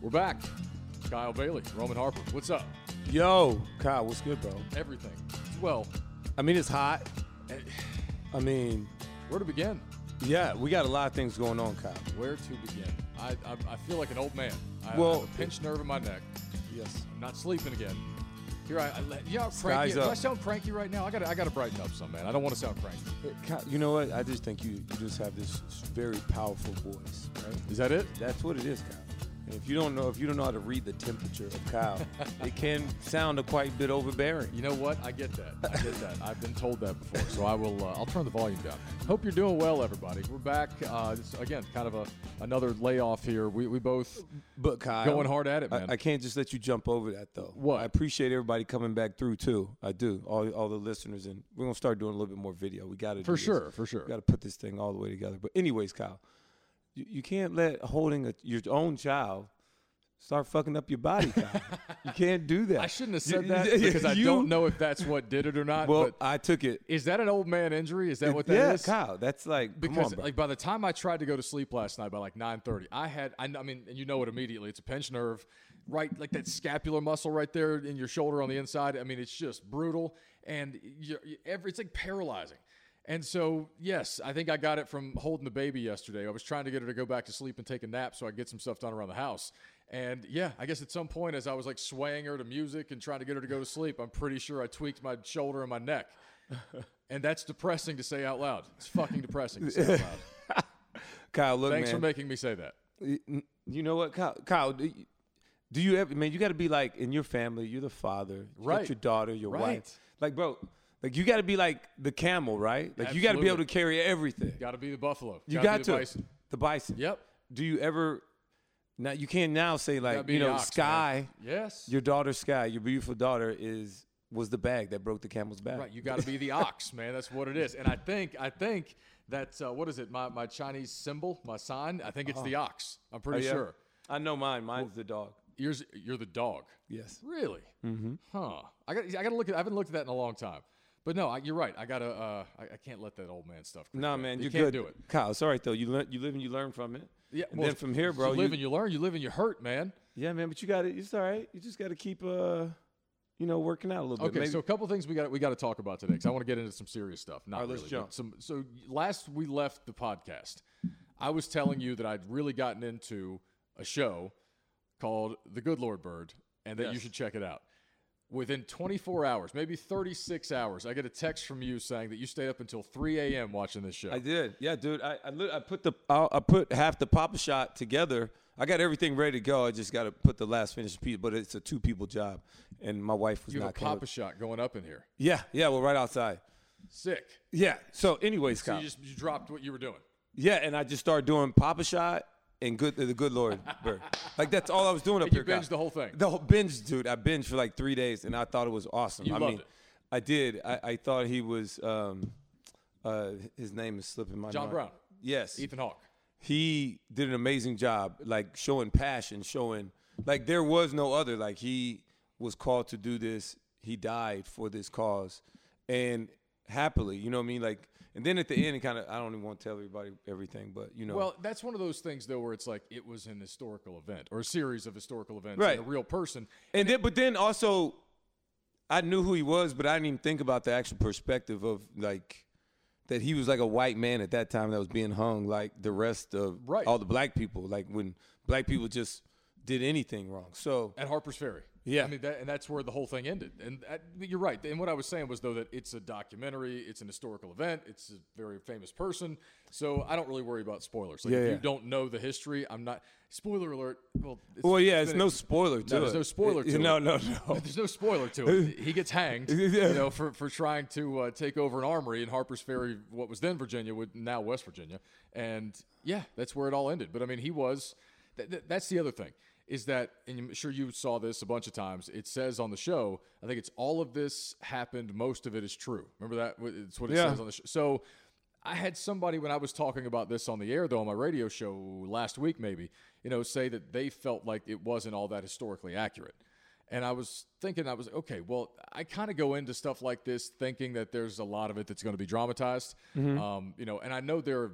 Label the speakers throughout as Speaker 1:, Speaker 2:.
Speaker 1: We're back. Kyle Bailey, Roman Harper. What's up?
Speaker 2: Yo, Kyle, what's good, bro?
Speaker 1: Everything. Well,
Speaker 2: I mean, it's hot. I mean,
Speaker 1: where to begin?
Speaker 2: yeah, we got a lot of things going on, Kyle.
Speaker 1: Where to begin? I, I, I feel like an old man. I, I
Speaker 2: Well-
Speaker 1: have a pinched nerve in my neck.
Speaker 2: Yes.
Speaker 1: I'm not sleeping again. Here I, I let- you know, how cranky.
Speaker 2: Sky's
Speaker 1: Do I
Speaker 2: up.
Speaker 1: sound cranky right now? I gotta I gotta brighten up some, man. I don't want to sound cranky.
Speaker 2: Kyle, you know what? I just think you, you just have this very powerful voice. Right?
Speaker 1: Is that it?
Speaker 2: That's what it is, Kyle. And if you don't know, if you don't know how to read the temperature of Kyle, it can sound a quite bit overbearing.
Speaker 1: You know what? I get that. I get that. I've been told that before, so I will. Uh, I'll turn the volume down. Hope you're doing well, everybody. We're back. Uh, it's, again, kind of a another layoff here. We we both
Speaker 2: But Kyle,
Speaker 1: Going hard at it,
Speaker 2: I-
Speaker 1: man.
Speaker 2: I, can't just let you jump over that though.
Speaker 1: What?
Speaker 2: I appreciate everybody coming back through too. I do. All, all the listeners, and we're gonna start doing a little bit more video. We got to
Speaker 1: for sure, for sure.
Speaker 2: Got to put this thing all the way together. But anyways, Kyle, you, you can't let holding a, your own child start fucking up your body, Kyle. you can't do that.
Speaker 1: I shouldn't have
Speaker 2: You-
Speaker 1: said that
Speaker 2: you-
Speaker 1: because I
Speaker 2: you-
Speaker 1: don't know if that's what did it or not.
Speaker 2: Well,
Speaker 1: but
Speaker 2: I took it.
Speaker 1: is that an old man injury? Is that what that is?
Speaker 2: yeah, Kyle. That's like come
Speaker 1: because
Speaker 2: on, bro.
Speaker 1: like by the time I tried to go to sleep last night by like 9:30, I had I, I mean, and you know it immediately. It's a pinched nerve, right? Like that scapular muscle right there in your shoulder on the inside. I mean, it's just brutal, and you're, you every it's like paralyzing. And so, yes, I think I got it from holding the baby yesterday. I was trying to get her to go back to sleep and take a nap so I could get some stuff done around the house. And yeah, I guess at some point, as I was like swaying her to music and trying to get her to go to sleep, I'm pretty sure I tweaked my shoulder and my neck. And that's depressing to say out loud. It's fucking depressing to say out loud.
Speaker 2: Kyle, look,
Speaker 1: Thanks for
Speaker 2: man.
Speaker 1: making me say that.
Speaker 2: you know what, Kyle? Kyle, do you, do you ever, man, you got to be like in your family, you're the father, you got
Speaker 1: Right.
Speaker 2: your daughter, your
Speaker 1: Right.
Speaker 2: wife. Like, bro, like you got to be like the camel, right? Like, you got to be able
Speaker 1: Absolutely.
Speaker 2: to carry everything.
Speaker 1: Got to be the Buffalo.
Speaker 2: You
Speaker 1: Gotta
Speaker 2: got
Speaker 1: be
Speaker 2: to.
Speaker 1: the Bison.
Speaker 2: The bison.
Speaker 1: Yep.
Speaker 2: Do you ever, now you can't now say
Speaker 1: Gotta
Speaker 2: like,
Speaker 1: be
Speaker 2: you
Speaker 1: the
Speaker 2: know,
Speaker 1: ox,
Speaker 2: Sky,
Speaker 1: man. Yes.
Speaker 2: your daughter Sky, your beautiful daughter is, was the bag that broke the camel's back.
Speaker 1: Right, you got to be the ox, man. That's what it is. And I think, I think that's uh, what is it? My my Chinese symbol, my sign. I think it's the ox. I'm pretty
Speaker 2: Uh-huh. Oh, Yeah.
Speaker 1: sure.
Speaker 2: I know mine. Mine's the dog.
Speaker 1: Yours, you're the dog.
Speaker 2: Yes.
Speaker 1: Really? Mm-hmm. Huh. I got. I got to look at. I haven't looked at that in a long time. But no, I, you're right. I gotta. Uh, I, I can't let that old man stuff. creep
Speaker 2: Nah,
Speaker 1: in.
Speaker 2: man,
Speaker 1: you
Speaker 2: you're
Speaker 1: can't
Speaker 2: good.
Speaker 1: do it.
Speaker 2: Kyle, it's all right though. You learn, you live and you learn from it.
Speaker 1: Yeah.
Speaker 2: And
Speaker 1: well,
Speaker 2: then from here, bro,
Speaker 1: you live and you learn. You live and you hurt, man.
Speaker 2: Yeah, man, but you got it. It's all right. You just got to keep, uh, you know, working out a little
Speaker 1: Okay,
Speaker 2: bit. Maybe-
Speaker 1: so a couple things we got we got to talk about today because I want to get into some serious stuff. Not
Speaker 2: All right,
Speaker 1: really.
Speaker 2: let's
Speaker 1: but
Speaker 2: jump.
Speaker 1: Some, so last we left the podcast, I was telling you that I'd really gotten into a show called The Good Lord Bird, and that you
Speaker 2: Yes.
Speaker 1: should check it out. Within 24 hours, maybe 36 hours, I get a text from you saying that you stayed up until 3 a.m. watching this show.
Speaker 2: I did. Yeah, dude. I I, lit- I put the I, I put half the Papa Shot together. I got everything ready to go. I just got to put the last finishing piece, but it's a two people job, and my wife was
Speaker 1: you have a
Speaker 2: not. coming
Speaker 1: Papa shot going up in here.
Speaker 2: with- yeah, yeah. We're right outside.
Speaker 1: Sick.
Speaker 2: Yeah. So, anyways,
Speaker 1: So
Speaker 2: Kyle.
Speaker 1: you just you dropped what you were doing.
Speaker 2: yeah, and I just started doing Papa Shot and good the Good Lord Bird. like that's all I was doing up
Speaker 1: You
Speaker 2: here. Kyle.
Speaker 1: binged the whole thing.
Speaker 2: The whole binge, dude. I binged for like three days, and I thought it was awesome.
Speaker 1: You
Speaker 2: I
Speaker 1: loved
Speaker 2: mean,
Speaker 1: it.
Speaker 2: I did. I, I thought he was. Um, uh, his name is slipping my
Speaker 1: John
Speaker 2: mind.
Speaker 1: Brown.
Speaker 2: Yes,
Speaker 1: Ethan Hawke.
Speaker 2: he did an amazing job, like showing passion, showing like there was no other. Like he was called to do this. He died for this cause, and happily, you know what I mean. Like, and then at the end, it kind of. I don't even want to tell everybody everything, but you know.
Speaker 1: Well, that's one of those things though, where it's like it was an historical event or a series of historical events,
Speaker 2: Right.
Speaker 1: And a real person.
Speaker 2: And then, but then also, I knew who he was, but I didn't even think about the actual perspective of like that he was like a white man at that time that was being hung, like the rest of
Speaker 1: Right.
Speaker 2: all the black people, like when black people just did anything wrong. So
Speaker 1: at Harper's Ferry.
Speaker 2: Yeah.
Speaker 1: I mean, that, and that's where the whole thing ended. And that, you're right. And what I was saying was though that it's a documentary, it's an historical event, it's a very famous person. So I don't really worry about spoilers. Like if
Speaker 2: Yeah,
Speaker 1: you
Speaker 2: yeah.
Speaker 1: don't know the history, I'm not. Spoiler alert. Well, it's,
Speaker 2: well, yeah, it's
Speaker 1: been-
Speaker 2: no spoiler to
Speaker 1: No, there's
Speaker 2: it.
Speaker 1: no spoiler to
Speaker 2: no,
Speaker 1: it.
Speaker 2: No, no, no.
Speaker 1: There's no spoiler to it. He gets hanged, you know, for, for trying to uh, take over an armory in Harper's Ferry, what was then Virginia, would now West Virginia, and yeah, that's where it all ended. But I mean, he was. Th- th- that's the other thing is that, and I'm sure you saw this a bunch of times. It says on the show, I think it's all of this happened. Most of it is true. Remember that? Wh- It's what it
Speaker 2: Yeah.
Speaker 1: says on the show. So. I had somebody when I was talking about this on the air, though, on my radio show last week, maybe, you know, say that they felt like it wasn't all that historically accurate. And I was thinking, I was okay. Well, I kind of go into stuff like
Speaker 2: Mm-hmm.
Speaker 1: this thinking that there's a lot of it that's going to be dramatized, um, you know. And I know there are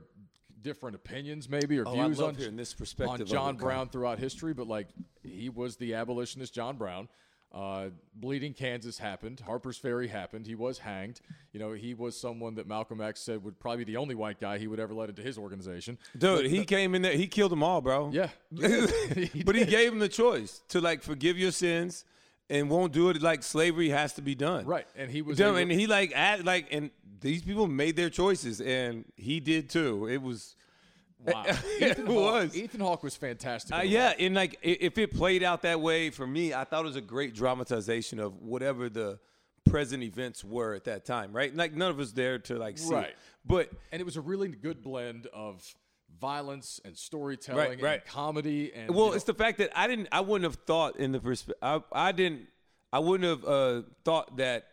Speaker 1: different opinions, maybe, or
Speaker 2: Oh, I
Speaker 1: views
Speaker 2: love
Speaker 1: on
Speaker 2: hearing this
Speaker 1: on
Speaker 2: perspective. of
Speaker 1: John
Speaker 2: it, Colin.
Speaker 1: Brown throughout history, but like he was the abolitionist John Brown. Uh, Bleeding Kansas happened. Harper's Ferry happened. He was hanged. You know, he was someone that Malcolm X said would probably be the only white guy he would ever let into his organization.
Speaker 2: Dude, he came in there. He killed them all, bro.
Speaker 1: Yeah.
Speaker 2: but he gave him the choice to like forgive your sins and won't do it like slavery has to be done.
Speaker 1: Right, and he was
Speaker 2: Dude,
Speaker 1: able-
Speaker 2: and he like add, like and these people made their choices and he did too. It was
Speaker 1: Wow.
Speaker 2: It
Speaker 1: Ethan Hawke-
Speaker 2: was.
Speaker 1: Ethan Hawke was fantastic.
Speaker 2: uh,
Speaker 1: in the
Speaker 2: yeah, and like i- if it played out that way for me, I thought it was a great dramatization of whatever the present events were at that time, right? Like none of us there to like see, it.
Speaker 1: Right.
Speaker 2: but
Speaker 1: and it was a really good blend of violence and storytelling
Speaker 2: Right, right.
Speaker 1: and comedy and
Speaker 2: Well,
Speaker 1: you know,
Speaker 2: it's the fact that I didn't. I wouldn't have thought in the perspective. I, I didn't. I wouldn't have uh, thought that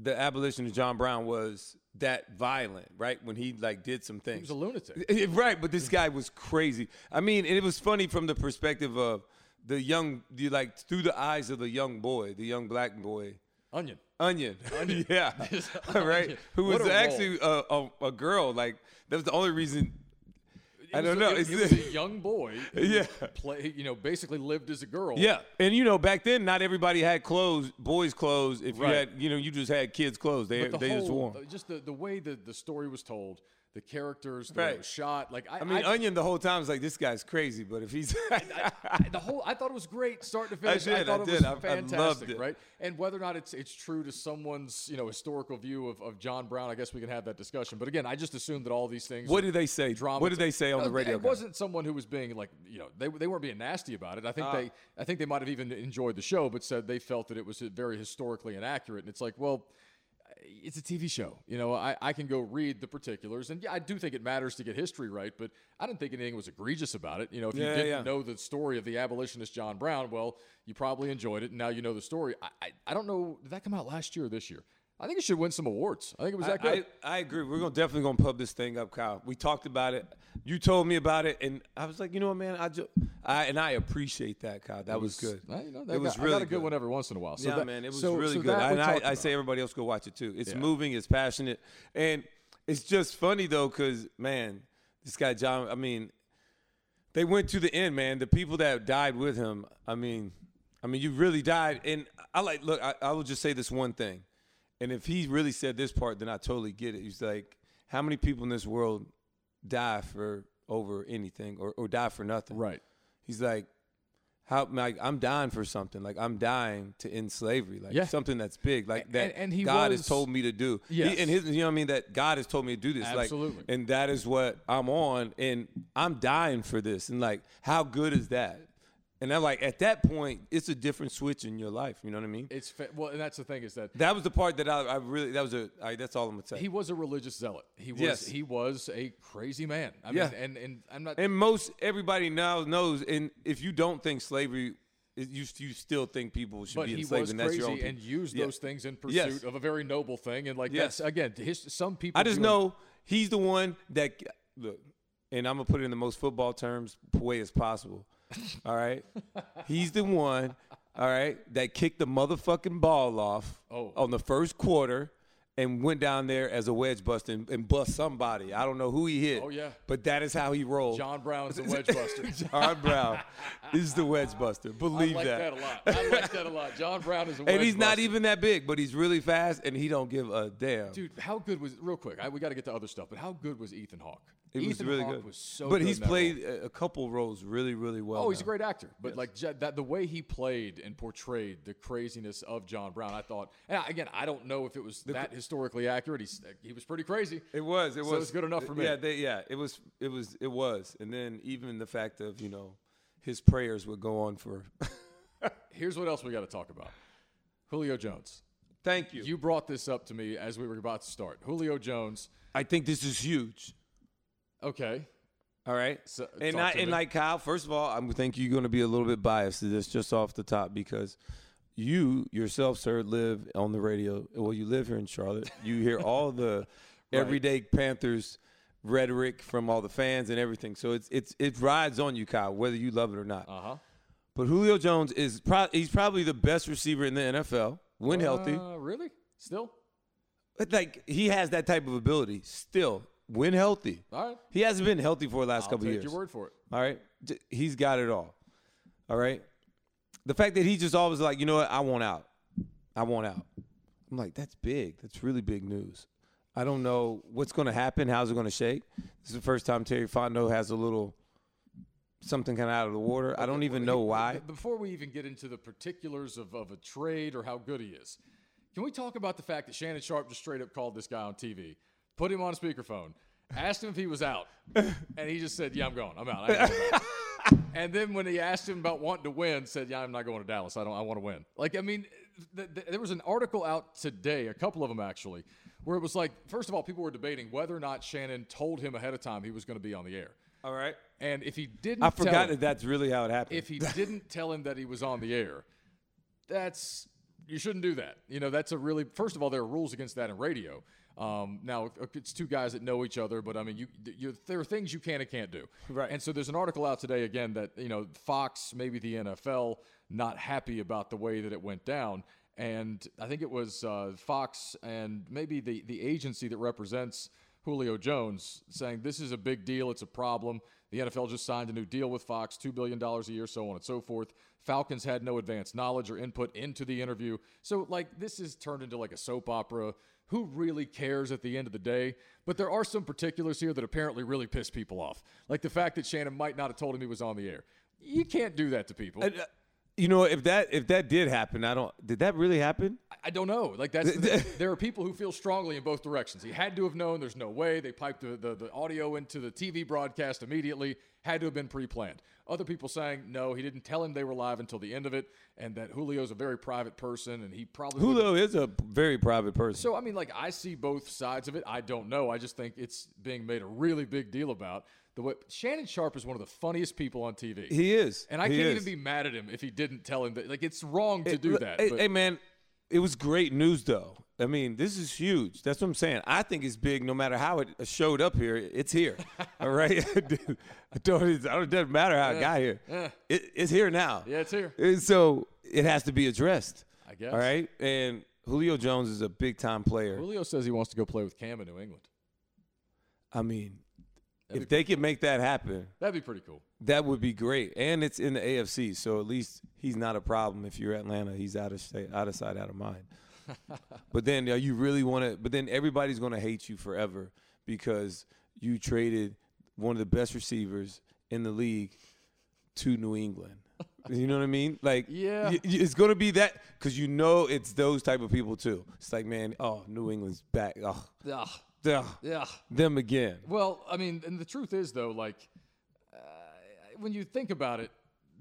Speaker 2: the abolition of John Brown was that violent, right? When he like did some things.
Speaker 1: he was a lunatic.
Speaker 2: Right, but this guy was crazy. I mean, and it was funny from the perspective of the young, the, like through the eyes of the young boy, the young black boy.
Speaker 1: Onion.
Speaker 2: Onion. yeah. right. Who
Speaker 1: What
Speaker 2: was
Speaker 1: a role.
Speaker 2: actually a, a, a girl. Like, that was the only reason. I
Speaker 1: He was
Speaker 2: don't
Speaker 1: a-
Speaker 2: know.
Speaker 1: He, he
Speaker 2: It's-
Speaker 1: was a young boy. who
Speaker 2: Yeah.
Speaker 1: Play, you know, basically lived as a girl.
Speaker 2: Yeah, and you know back then, not everybody had clothes, boys' clothes. If
Speaker 1: Right.
Speaker 2: you had, you know, you just had kids' clothes. They
Speaker 1: But the
Speaker 2: they
Speaker 1: whole,
Speaker 2: just wore. 'em.
Speaker 1: uh, Just the, the way the, the story was told, the characters, the way it
Speaker 2: Right.
Speaker 1: was shot. Like I,
Speaker 2: I mean, Onion the whole time is like, this guy's crazy, but if he's
Speaker 1: I- the whole I thought it was great, start to finish.
Speaker 2: did, I
Speaker 1: thought it
Speaker 2: did.
Speaker 1: was
Speaker 2: I- I loved
Speaker 1: fantastic,
Speaker 2: it.
Speaker 1: right? And whether or not it's it's true to someone's you know historical view of, of John Brown, I guess we can have that discussion. But again, I just assumed that all these things.
Speaker 2: what did they say?
Speaker 1: drama.
Speaker 2: What did they say on
Speaker 1: No,
Speaker 2: the radio?
Speaker 1: It
Speaker 2: guy?
Speaker 1: wasn't someone who was being like, you know, they, they weren't being nasty about it. I
Speaker 2: Ah.
Speaker 1: think they I think they might have even enjoyed the show, but said they felt that it was very historically inaccurate. And it's like, well, it's a TV show. You know, I, I can go read the particulars. And yeah, I do think it matters to get history right, but I didn't think anything was egregious about it. You know, if you
Speaker 2: Yeah,
Speaker 1: didn't
Speaker 2: yeah.
Speaker 1: know the story of the abolitionist John Brown, well, you probably enjoyed it. And now you know the story. I, I, I don't know. Did that come out last year or this year? I think it should win some awards. I think it was that good.
Speaker 2: I, I, I agree. We're gonna definitely gonna pub this thing up, Kyle. We talked about it. You told me about it, and I was like, you know what, man, I just, I and I appreciate that, Kyle. That was, good.
Speaker 1: Uh, you know,
Speaker 2: it
Speaker 1: that
Speaker 2: was
Speaker 1: got,
Speaker 2: really
Speaker 1: I got a good, one every once in a while. So
Speaker 2: yeah,
Speaker 1: that,
Speaker 2: man, it was
Speaker 1: so-
Speaker 2: really
Speaker 1: so
Speaker 2: good.
Speaker 1: that we
Speaker 2: And I,
Speaker 1: talked
Speaker 2: I
Speaker 1: about.
Speaker 2: say everybody else go watch it too. It's moving, it's passionate, and it's just funny though, because man, this guy John. I mean, they went to the end, man. The people that died with him. I mean, I mean, you really died. And I like look. I, I will just say this one thing, and if he really said this part, then I totally get it. He's like, how many people in this world die for over anything or, or die for nothing?
Speaker 1: right.
Speaker 2: He's like, how like I'm dying for something. Like I'm dying to end slavery. Like
Speaker 1: Yeah.
Speaker 2: something that's big. Like
Speaker 1: And-
Speaker 2: that
Speaker 1: and he
Speaker 2: God
Speaker 1: was-
Speaker 2: has told me to do. He-
Speaker 1: Yes.
Speaker 2: and his you know what I mean? That God has told me to do this.
Speaker 1: Absolutely.
Speaker 2: Like and that is what I'm on. And I'm dying for this. And like, how good is that? And I'm like, at that point, it's a different switch in your life. You know what I mean?
Speaker 1: It's fa- well, and that's the thing is that
Speaker 2: that was the part that I, I really that was a I, that's all I'm gonna say.
Speaker 1: he was a religious zealot. He was
Speaker 2: Yes.
Speaker 1: he was a crazy man. I
Speaker 2: Yeah.
Speaker 1: mean, and and I'm not.
Speaker 2: And most everybody now knows. And if you don't think slavery, it- you you still think people should
Speaker 1: but
Speaker 2: be
Speaker 1: he
Speaker 2: enslaved,
Speaker 1: was
Speaker 2: and that's your own.
Speaker 1: crazy
Speaker 2: thing.
Speaker 1: and used
Speaker 2: Yeah.
Speaker 1: those things in pursuit
Speaker 2: Yes.
Speaker 1: of a very noble thing. And like
Speaker 2: Yes.
Speaker 1: that's again, his, some people.
Speaker 2: I just
Speaker 1: do-
Speaker 2: know he's the one that look, and I'm gonna put it in the most football terms way as possible. All right, he's the one. All right, that kicked the motherfucking ball off
Speaker 1: Oh.
Speaker 2: on the first quarter and went down there as a wedge buster and, and bust somebody. I don't know who he hit.
Speaker 1: Oh, yeah.
Speaker 2: but that is how he rolled.
Speaker 1: John Brown's the wedge buster.
Speaker 2: John Brown is the wedge buster.
Speaker 1: I
Speaker 2: Believe
Speaker 1: like that. a lot. I like that a lot. John Brown is a wedge
Speaker 2: and he's not
Speaker 1: buster.
Speaker 2: even that big, but he's really fast, and he don't give a damn.
Speaker 1: Dude, how good was real quick? I, we got to get to other stuff, but how good was Ethan Hawke?
Speaker 2: It
Speaker 1: Ethan
Speaker 2: was really
Speaker 1: Hawke
Speaker 2: good.
Speaker 1: was so.
Speaker 2: but
Speaker 1: good
Speaker 2: he's
Speaker 1: in that role.
Speaker 2: played a, a couple roles really, really well.
Speaker 1: Oh, he's a
Speaker 2: now.
Speaker 1: great actor, but like Je- that, the way he played and portrayed the craziness of John Brown, I thought. And I, again, I don't know if it was that historically accurate. He's, uh, he was pretty crazy.
Speaker 2: It was. It
Speaker 1: So
Speaker 2: was.
Speaker 1: it's good enough for me.
Speaker 2: Yeah. They, yeah. It was. It was. It was. And then even the fact of you know, his prayers would go on for.
Speaker 1: Here's what else we got to talk about: Julio Jones.
Speaker 2: Thank you.
Speaker 1: You brought this up to me as we were about to start. Julio Jones.
Speaker 2: I think this is huge.
Speaker 1: Okay,
Speaker 2: All right.
Speaker 1: So,
Speaker 2: and
Speaker 1: talk
Speaker 2: I,
Speaker 1: to
Speaker 2: and
Speaker 1: me.
Speaker 2: like Kyle, first of all, I think you're going to be a little bit biased to this just off the top because you yourself, sir, live on the radio. Well, you live here in Charlotte. You hear all the everyday Panthers rhetoric from all the fans and everything. So it's it's it rides on you, Kyle, whether you love it or not.
Speaker 1: uh huh.
Speaker 2: But Julio Jones is pro- he's probably the best receiver in the NFL when healthy.
Speaker 1: Uh, really? Still?
Speaker 2: But like he has that type of ability still. when healthy.
Speaker 1: All right.
Speaker 2: He hasn't been healthy for the last
Speaker 1: I'll
Speaker 2: couple
Speaker 1: take
Speaker 2: years.
Speaker 1: your word for it.
Speaker 2: All right. J- He's got it all. All right. The fact that he just always like, you know what? I want out. I want out. I'm like, that's big. That's really big news. I don't know what's going to happen. How's it going to shake? This is the first time Terry Fondo has a little something kind of out of the water. I don't even know why.
Speaker 1: But Before we even get into the particulars of, of a trade or how good he is, can we talk about the fact that Shannon Sharp just straight up called this guy on TV, put him on speakerphone, asked him if he was out, and he just said, "Yeah, I'm going. I'm out." I ain't going back." and then when he asked him about wanting to win, said, "Yeah, I'm not going to Dallas. I don't. I want to win." Like, I mean, th- th- there was an article out today, a couple of them actually, where it was like, first of all, people were debating whether or not Shannon told him ahead of time he was going to be on the air.
Speaker 2: All right.
Speaker 1: And if he didn't,
Speaker 2: I
Speaker 1: tell
Speaker 2: forgot
Speaker 1: him-
Speaker 2: that that's really how it happened.
Speaker 1: if he didn't tell him that he was on the air, that's you shouldn't do that. You know, that's a really first of all, there are rules against that in radio. Um, now it's two guys that know each other, but I mean, you, you there are things you can and can't do.
Speaker 2: Right.
Speaker 1: And so there's an article out today again that you know Fox, maybe the NFL, not happy about the way that it went down. And I think it was uh, Fox and maybe the the agency that represents Julio Jones saying this is a big deal. It's a problem. The NFL just signed a new deal with Fox, $2 billion a year, so on and so forth. Falcons had no advance knowledge or input into the interview. So, like, this is turned into like a soap opera. Who really cares at the end of the day? But there are some particulars here that apparently really piss people off. Like the fact that Shannon might not have told him he was on the air. You can't do that to people. I,
Speaker 2: And, uh, you know, if that if that did happen, I don't. Did that really happen?
Speaker 1: I don't know. Like that's the, there are people who feel strongly in both directions. He had to have known. There's no way they piped the, the, the audio into the TV broadcast immediately. Had to have been pre-planned. Other people saying no, he didn't tell him they were live until the end of it, and that Julio's a very private person, and he probably wouldn't-
Speaker 2: Julio is a very private person.
Speaker 1: So I mean, like I see both sides of it. I don't know. I just think it's being made a really big deal about the way Shannon Sharp is one of the funniest people on TV,
Speaker 2: He is,
Speaker 1: and I
Speaker 2: He
Speaker 1: can't
Speaker 2: is.
Speaker 1: even be mad at him if he didn't tell him that. Like it's wrong to do
Speaker 2: Look,
Speaker 1: that.
Speaker 2: Hey,
Speaker 1: but-
Speaker 2: hey, man, it was great news though. I mean, this is huge. That's what I'm saying. I think it's big, no matter how it showed up here. It's here. All right, Dude, I don't. It doesn't matter how it got here.
Speaker 1: yeah.
Speaker 2: It, it's here now.
Speaker 1: yeah, it's here.
Speaker 2: And so it has to be addressed.
Speaker 1: I guess.
Speaker 2: All right, and Julio Jones is a big time player.
Speaker 1: Julio says he wants to go play with Cam in New England.
Speaker 2: I mean, if they could make that happen,
Speaker 1: That'd be pretty cool.
Speaker 2: That would be great, and it's in the AFC, so at least he's not a problem. If you're Atlanta, he's out of state, out of sight, out of mind. but then uh, you really want to. But then everybody's going to hate you forever because you traded one of the best receivers in the league to New England. You know what I mean? Like,
Speaker 1: Yeah.
Speaker 2: y- y- it's going to be that because you know it's those type of people too. It's like, man, oh, New England's back. Oh,
Speaker 1: Yeah, yeah.
Speaker 2: them again.
Speaker 1: Well, I mean, and the truth is though, like uh, when you think about it,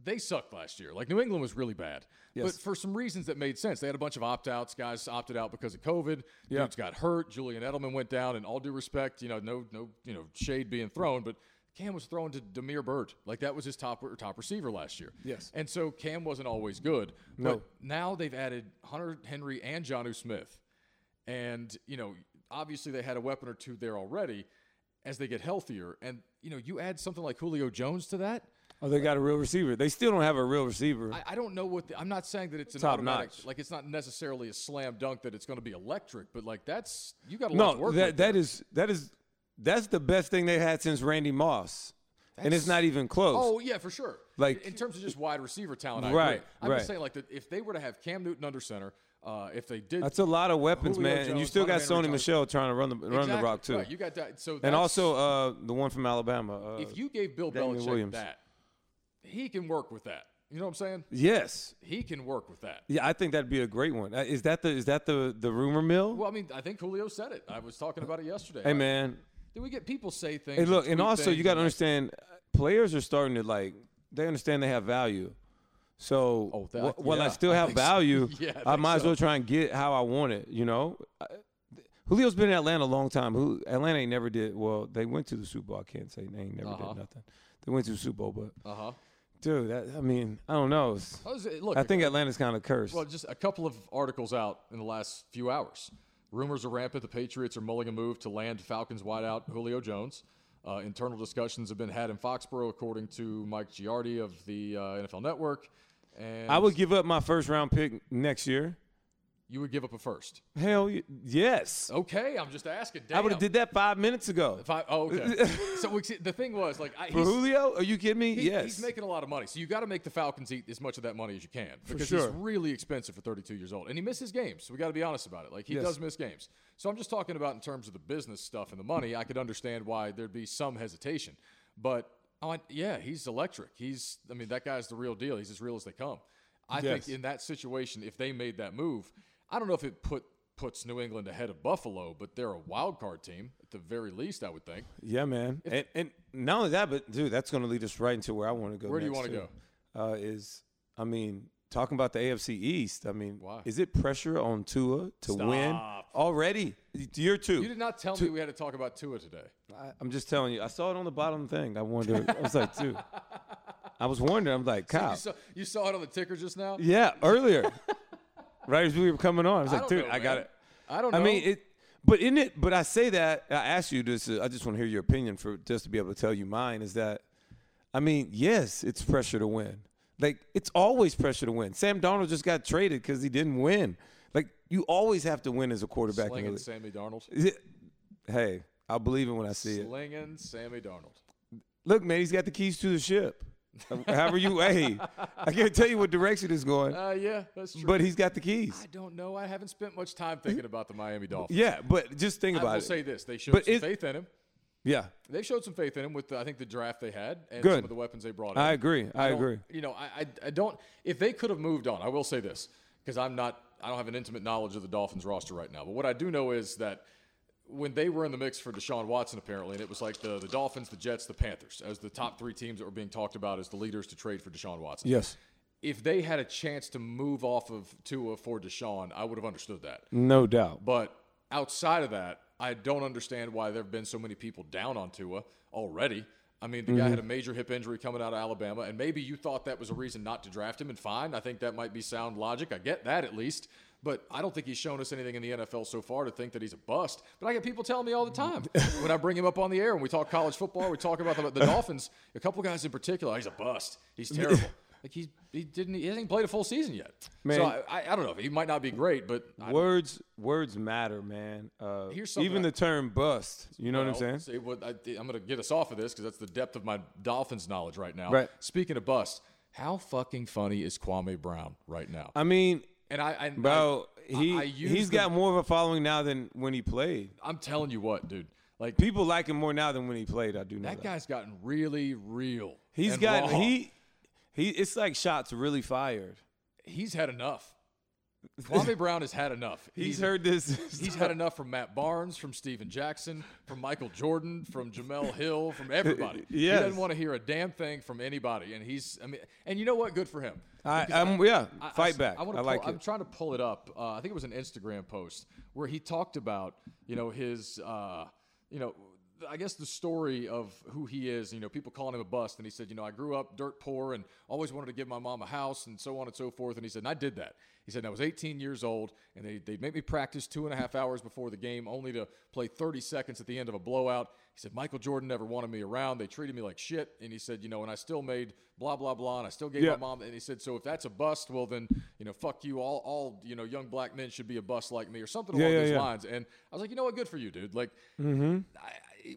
Speaker 1: they sucked last year. Like New England was really bad,
Speaker 2: Yes.
Speaker 1: but for some reasons that made sense. They had a bunch of opt outs. Guys opted out because of COVID.
Speaker 2: Yeah.
Speaker 1: Dudes got hurt. Julian Edelman went down. And all due respect, you know, no, no, you know, shade being thrown, but. Cam was thrown to Demir Bird. Like that was his top top receiver last year.
Speaker 2: Yes.
Speaker 1: And so Cam wasn't always good.
Speaker 2: No.
Speaker 1: But now they've added Hunter Henry and Jonu Smith. And, you know, obviously they had a weapon or two there already as they get healthier. And, you know, you add something like Julio Jones to that.
Speaker 2: Oh, they got a real receiver. They still don't have a real receiver.
Speaker 1: I, I don't know what the, I'm not saying that it's an
Speaker 2: Top
Speaker 1: automatic,
Speaker 2: notch.
Speaker 1: like it's not necessarily a slam dunk that it's going to be electric, but like that's you got a lot to
Speaker 2: No,
Speaker 1: work
Speaker 2: that
Speaker 1: with.
Speaker 2: that is that is that's the best thing they had since Randy Moss, and it's not even close.
Speaker 1: Oh yeah, for sure.
Speaker 2: Like-
Speaker 1: in terms of just wide receiver talent, I
Speaker 2: Right,
Speaker 1: agree. I'm
Speaker 2: right.
Speaker 1: just saying like that if they were to have Cam Newton under center, uh, if they did
Speaker 2: that's a lot of weapons,
Speaker 1: Julio
Speaker 2: man, and you
Speaker 1: Jones,
Speaker 2: still
Speaker 1: Hunter
Speaker 2: got
Speaker 1: Henry,
Speaker 2: Sony
Speaker 1: Johnson.
Speaker 2: Michelle trying to run the run the
Speaker 1: Exactly,
Speaker 2: rock too,
Speaker 1: right, you got that. So
Speaker 2: and
Speaker 1: that's-
Speaker 2: also uh, the one from Alabama. Uh,
Speaker 1: if you gave Bill
Speaker 2: Damian
Speaker 1: Belichick
Speaker 2: Williams.
Speaker 1: that, he can work with that. You know what I'm saying?
Speaker 2: yes,
Speaker 1: He can work with that.
Speaker 2: yeah, I think that'd be a great one. Uh, Is that the is that the the rumor mill?
Speaker 1: Well, I mean, I think Julio said it. I was talking about it yesterday.
Speaker 2: hey man,
Speaker 1: Do we get people say things?
Speaker 2: hey look, and
Speaker 1: tweet
Speaker 2: also you
Speaker 1: things
Speaker 2: got
Speaker 1: and-
Speaker 2: to understand, uh, players are starting to like they understand they have value. So
Speaker 1: Oh, that-
Speaker 2: wh- while
Speaker 1: yeah,
Speaker 2: I still
Speaker 1: I
Speaker 2: have
Speaker 1: think so.
Speaker 2: value,
Speaker 1: Yeah, I
Speaker 2: I,
Speaker 1: think
Speaker 2: might as
Speaker 1: so.
Speaker 2: well try and get how I want it. You know, I, th- Julio's been in Atlanta a long time. Who Atlanta ain't never did well. They went to the Super Bowl. I can't say they ain't never
Speaker 1: Uh-huh.
Speaker 2: did nothing. They went to the Super Bowl, but
Speaker 1: Uh-huh.
Speaker 2: dude, that, I mean, I don't know. It's-
Speaker 1: How is it- Look,
Speaker 2: I think Atlanta's kind of cursed.
Speaker 1: Well, just a couple of articles out in the last few hours. Rumors are rampant. The Patriots are mulling a move to land Falcons wideout Julio Jones. Uh, internal discussions have been had in Foxborough, according to Mike Giardi of the uh, NFL Network. And
Speaker 2: I would give up my first round pick next year
Speaker 1: you would give up a first.
Speaker 2: Hell y- yes.
Speaker 1: Okay, I'm just asking.
Speaker 2: I would have
Speaker 1: Oh, Damn.
Speaker 2: did that five minutes ago.
Speaker 1: If I- oh, okay. so we see- the thing was like I,
Speaker 2: For
Speaker 1: he's-
Speaker 2: Julio? Are you kidding me?
Speaker 1: he-
Speaker 2: yes.
Speaker 1: he's making a lot of money, so you got to make the Falcons eat as much of that money as you can because
Speaker 2: sure.
Speaker 1: he's really expensive for 32 years old, and he misses games. So we got to be honest about it. Like he
Speaker 2: Yes.
Speaker 1: does miss games. So I'm just talking about in terms of the business stuff and the money. I could understand why there'd be some hesitation, but I went, yeah, he's electric. He's I mean that guy's the real deal. He's as real as they come. I
Speaker 2: Yes.
Speaker 1: think in that situation, if they made that move, I don't know if it put puts New England ahead of Buffalo, but they're a wild card team at the very least. I would think.
Speaker 2: Yeah, man. and and not only that, but dude, that's going to lead us right into where I want to go.
Speaker 1: Where do you
Speaker 2: next,
Speaker 1: wanna
Speaker 2: too. Uh, is I mean, talking about the AFC East. I mean,
Speaker 1: Why?
Speaker 2: is it pressure on Tua to win
Speaker 1: Stop.
Speaker 2: already? Year two.
Speaker 1: You did not tell me we had to talk about Tua today.
Speaker 2: I, I'm just telling you. I saw it on the bottom thing. I wonder. I was like, dude. I was wondering. I'm like,
Speaker 1: You
Speaker 2: Kyle.
Speaker 1: saw, you saw it on the ticker just now.
Speaker 2: yeah, earlier, right as we were coming on, I was
Speaker 1: I
Speaker 2: like,
Speaker 1: don't
Speaker 2: dude,
Speaker 1: know,
Speaker 2: I got
Speaker 1: man.
Speaker 2: it.
Speaker 1: I don't know.
Speaker 2: I mean, it. But in it, but I say that I ask you this. uh, I just want to hear your opinion for just to be able to tell you mine. Is that, I mean, yes, it's pressure to win. Like it's always pressure to win. Sam Donald just got traded because he didn't win. Like you always have to win as a quarterback. In the
Speaker 1: slinging
Speaker 2: league.
Speaker 1: Sammy Darnold.
Speaker 2: Is it- hey, I believe it when I see it.
Speaker 1: Slinging Sammy Darnold.
Speaker 2: Look, man, he's got the keys to the ship. However you, hey, I can't tell you what direction it's going,
Speaker 1: Uh, yeah, that's true.
Speaker 2: but he's got the keys.
Speaker 1: I don't know. I haven't spent much time thinking about the Miami Dolphins.
Speaker 2: Yeah, but just think
Speaker 1: I will
Speaker 2: about it.
Speaker 1: say this: they showed
Speaker 2: But
Speaker 1: some
Speaker 2: is-
Speaker 1: faith in him.
Speaker 2: yeah,
Speaker 1: They showed some faith in him with, the, I think, the draft they had and
Speaker 2: Good.
Speaker 1: some of the weapons they brought. in.
Speaker 2: I agree. I
Speaker 1: don't-
Speaker 2: agree.
Speaker 1: You know, I, I, I don't. If they could have moved on, I will say this because I'm not. I don't have an intimate knowledge of the Dolphins roster right now. But what I do know is that when they were in the mix for Deshaun Watson, apparently, and it was like the, the Dolphins, the Jets, the Panthers as the top three teams that were being talked about as the leaders to trade for Deshaun Watson
Speaker 2: Yes.
Speaker 1: if they had a chance to move off of Tua for Deshaun, I would have understood that.
Speaker 2: No doubt.
Speaker 1: But outside of that, I don't understand why there have been so many people down on Tua already. I mean, the guy had a major hip injury coming out of Alabama, and maybe you thought that was a reason not to draft him, and fine. I think that might be sound logic. I get that at least. But I don't think he's shown us anything in the NFL so far to think that he's a bust. But I get people telling me all the time when I bring him up on the air and we talk college football, we talk about the, the Dolphins. A couple guys in particular, he's a bust. He's terrible. Like he's, he didn't he hasn't even played a full season yet.
Speaker 2: Man.
Speaker 1: So I, I, I don't know. He might not be great, but I,
Speaker 2: Words words matter, man. Uh,
Speaker 1: Here's something
Speaker 2: even
Speaker 1: I-
Speaker 2: the term bust. You know what
Speaker 1: Well,
Speaker 2: I'm saying?
Speaker 1: see, what I, am going to get us off of this because that's the depth of my Dolphins knowledge right now.
Speaker 2: Right.
Speaker 1: Speaking of bust, how fucking funny is Kwame Brown right now?
Speaker 2: I mean,
Speaker 1: and I, I
Speaker 2: Uh, bro,
Speaker 1: I-
Speaker 2: he
Speaker 1: I use
Speaker 2: he's
Speaker 1: the-
Speaker 2: got more of a following now than when he played.
Speaker 1: I'm telling you what, dude. Like
Speaker 2: People like him more now than when he played. I do know that.
Speaker 1: that guy's gotten really real.
Speaker 2: he's
Speaker 1: and
Speaker 2: got
Speaker 1: raw.
Speaker 2: he he. It's like shots really fired.
Speaker 1: he's had enough. Kwame Brown has had enough.
Speaker 2: He's, heard this.
Speaker 1: He's had enough from Matt Barnes, from Steven Jackson, from Michael Jordan, from Jamel Hill, from everybody. He
Speaker 2: Yes.
Speaker 1: doesn't want to hear a damn thing from anybody. And he's, I mean, and you know what? Good for him.
Speaker 2: I,
Speaker 1: Because
Speaker 2: I'm, yeah,
Speaker 1: I-
Speaker 2: fight
Speaker 1: I,
Speaker 2: back. I,
Speaker 1: wanna pull-
Speaker 2: like
Speaker 1: I'm
Speaker 2: it.
Speaker 1: trying to pull it up. Uh, I think it was an Instagram post where he talked about, you know, his, uh, you know, I guess the story of who he is. You know, people calling him a bust, and he said, you know, I grew up dirt poor and always wanted to give my mom a house and so on and so forth. And he said, and I did that. He said, and I was 18 years old, and they they make me practice two and a half hours before the game, only to play 30 seconds at the end of a blowout. He said, Michael Jordan never wanted me around. They treated me like shit. And he said, you know, and I still made blah, blah, blah. And I still gave
Speaker 2: Yeah.
Speaker 1: my mom. And he said, so if that's a bust, well, then, you know, fuck you. All, all you know, young black men should be a bust like me or something along
Speaker 2: Yeah, yeah, Mm-hmm.
Speaker 1: those
Speaker 2: yeah.
Speaker 1: lines. And I was like, you know what? Good for you, dude. Like, I, I,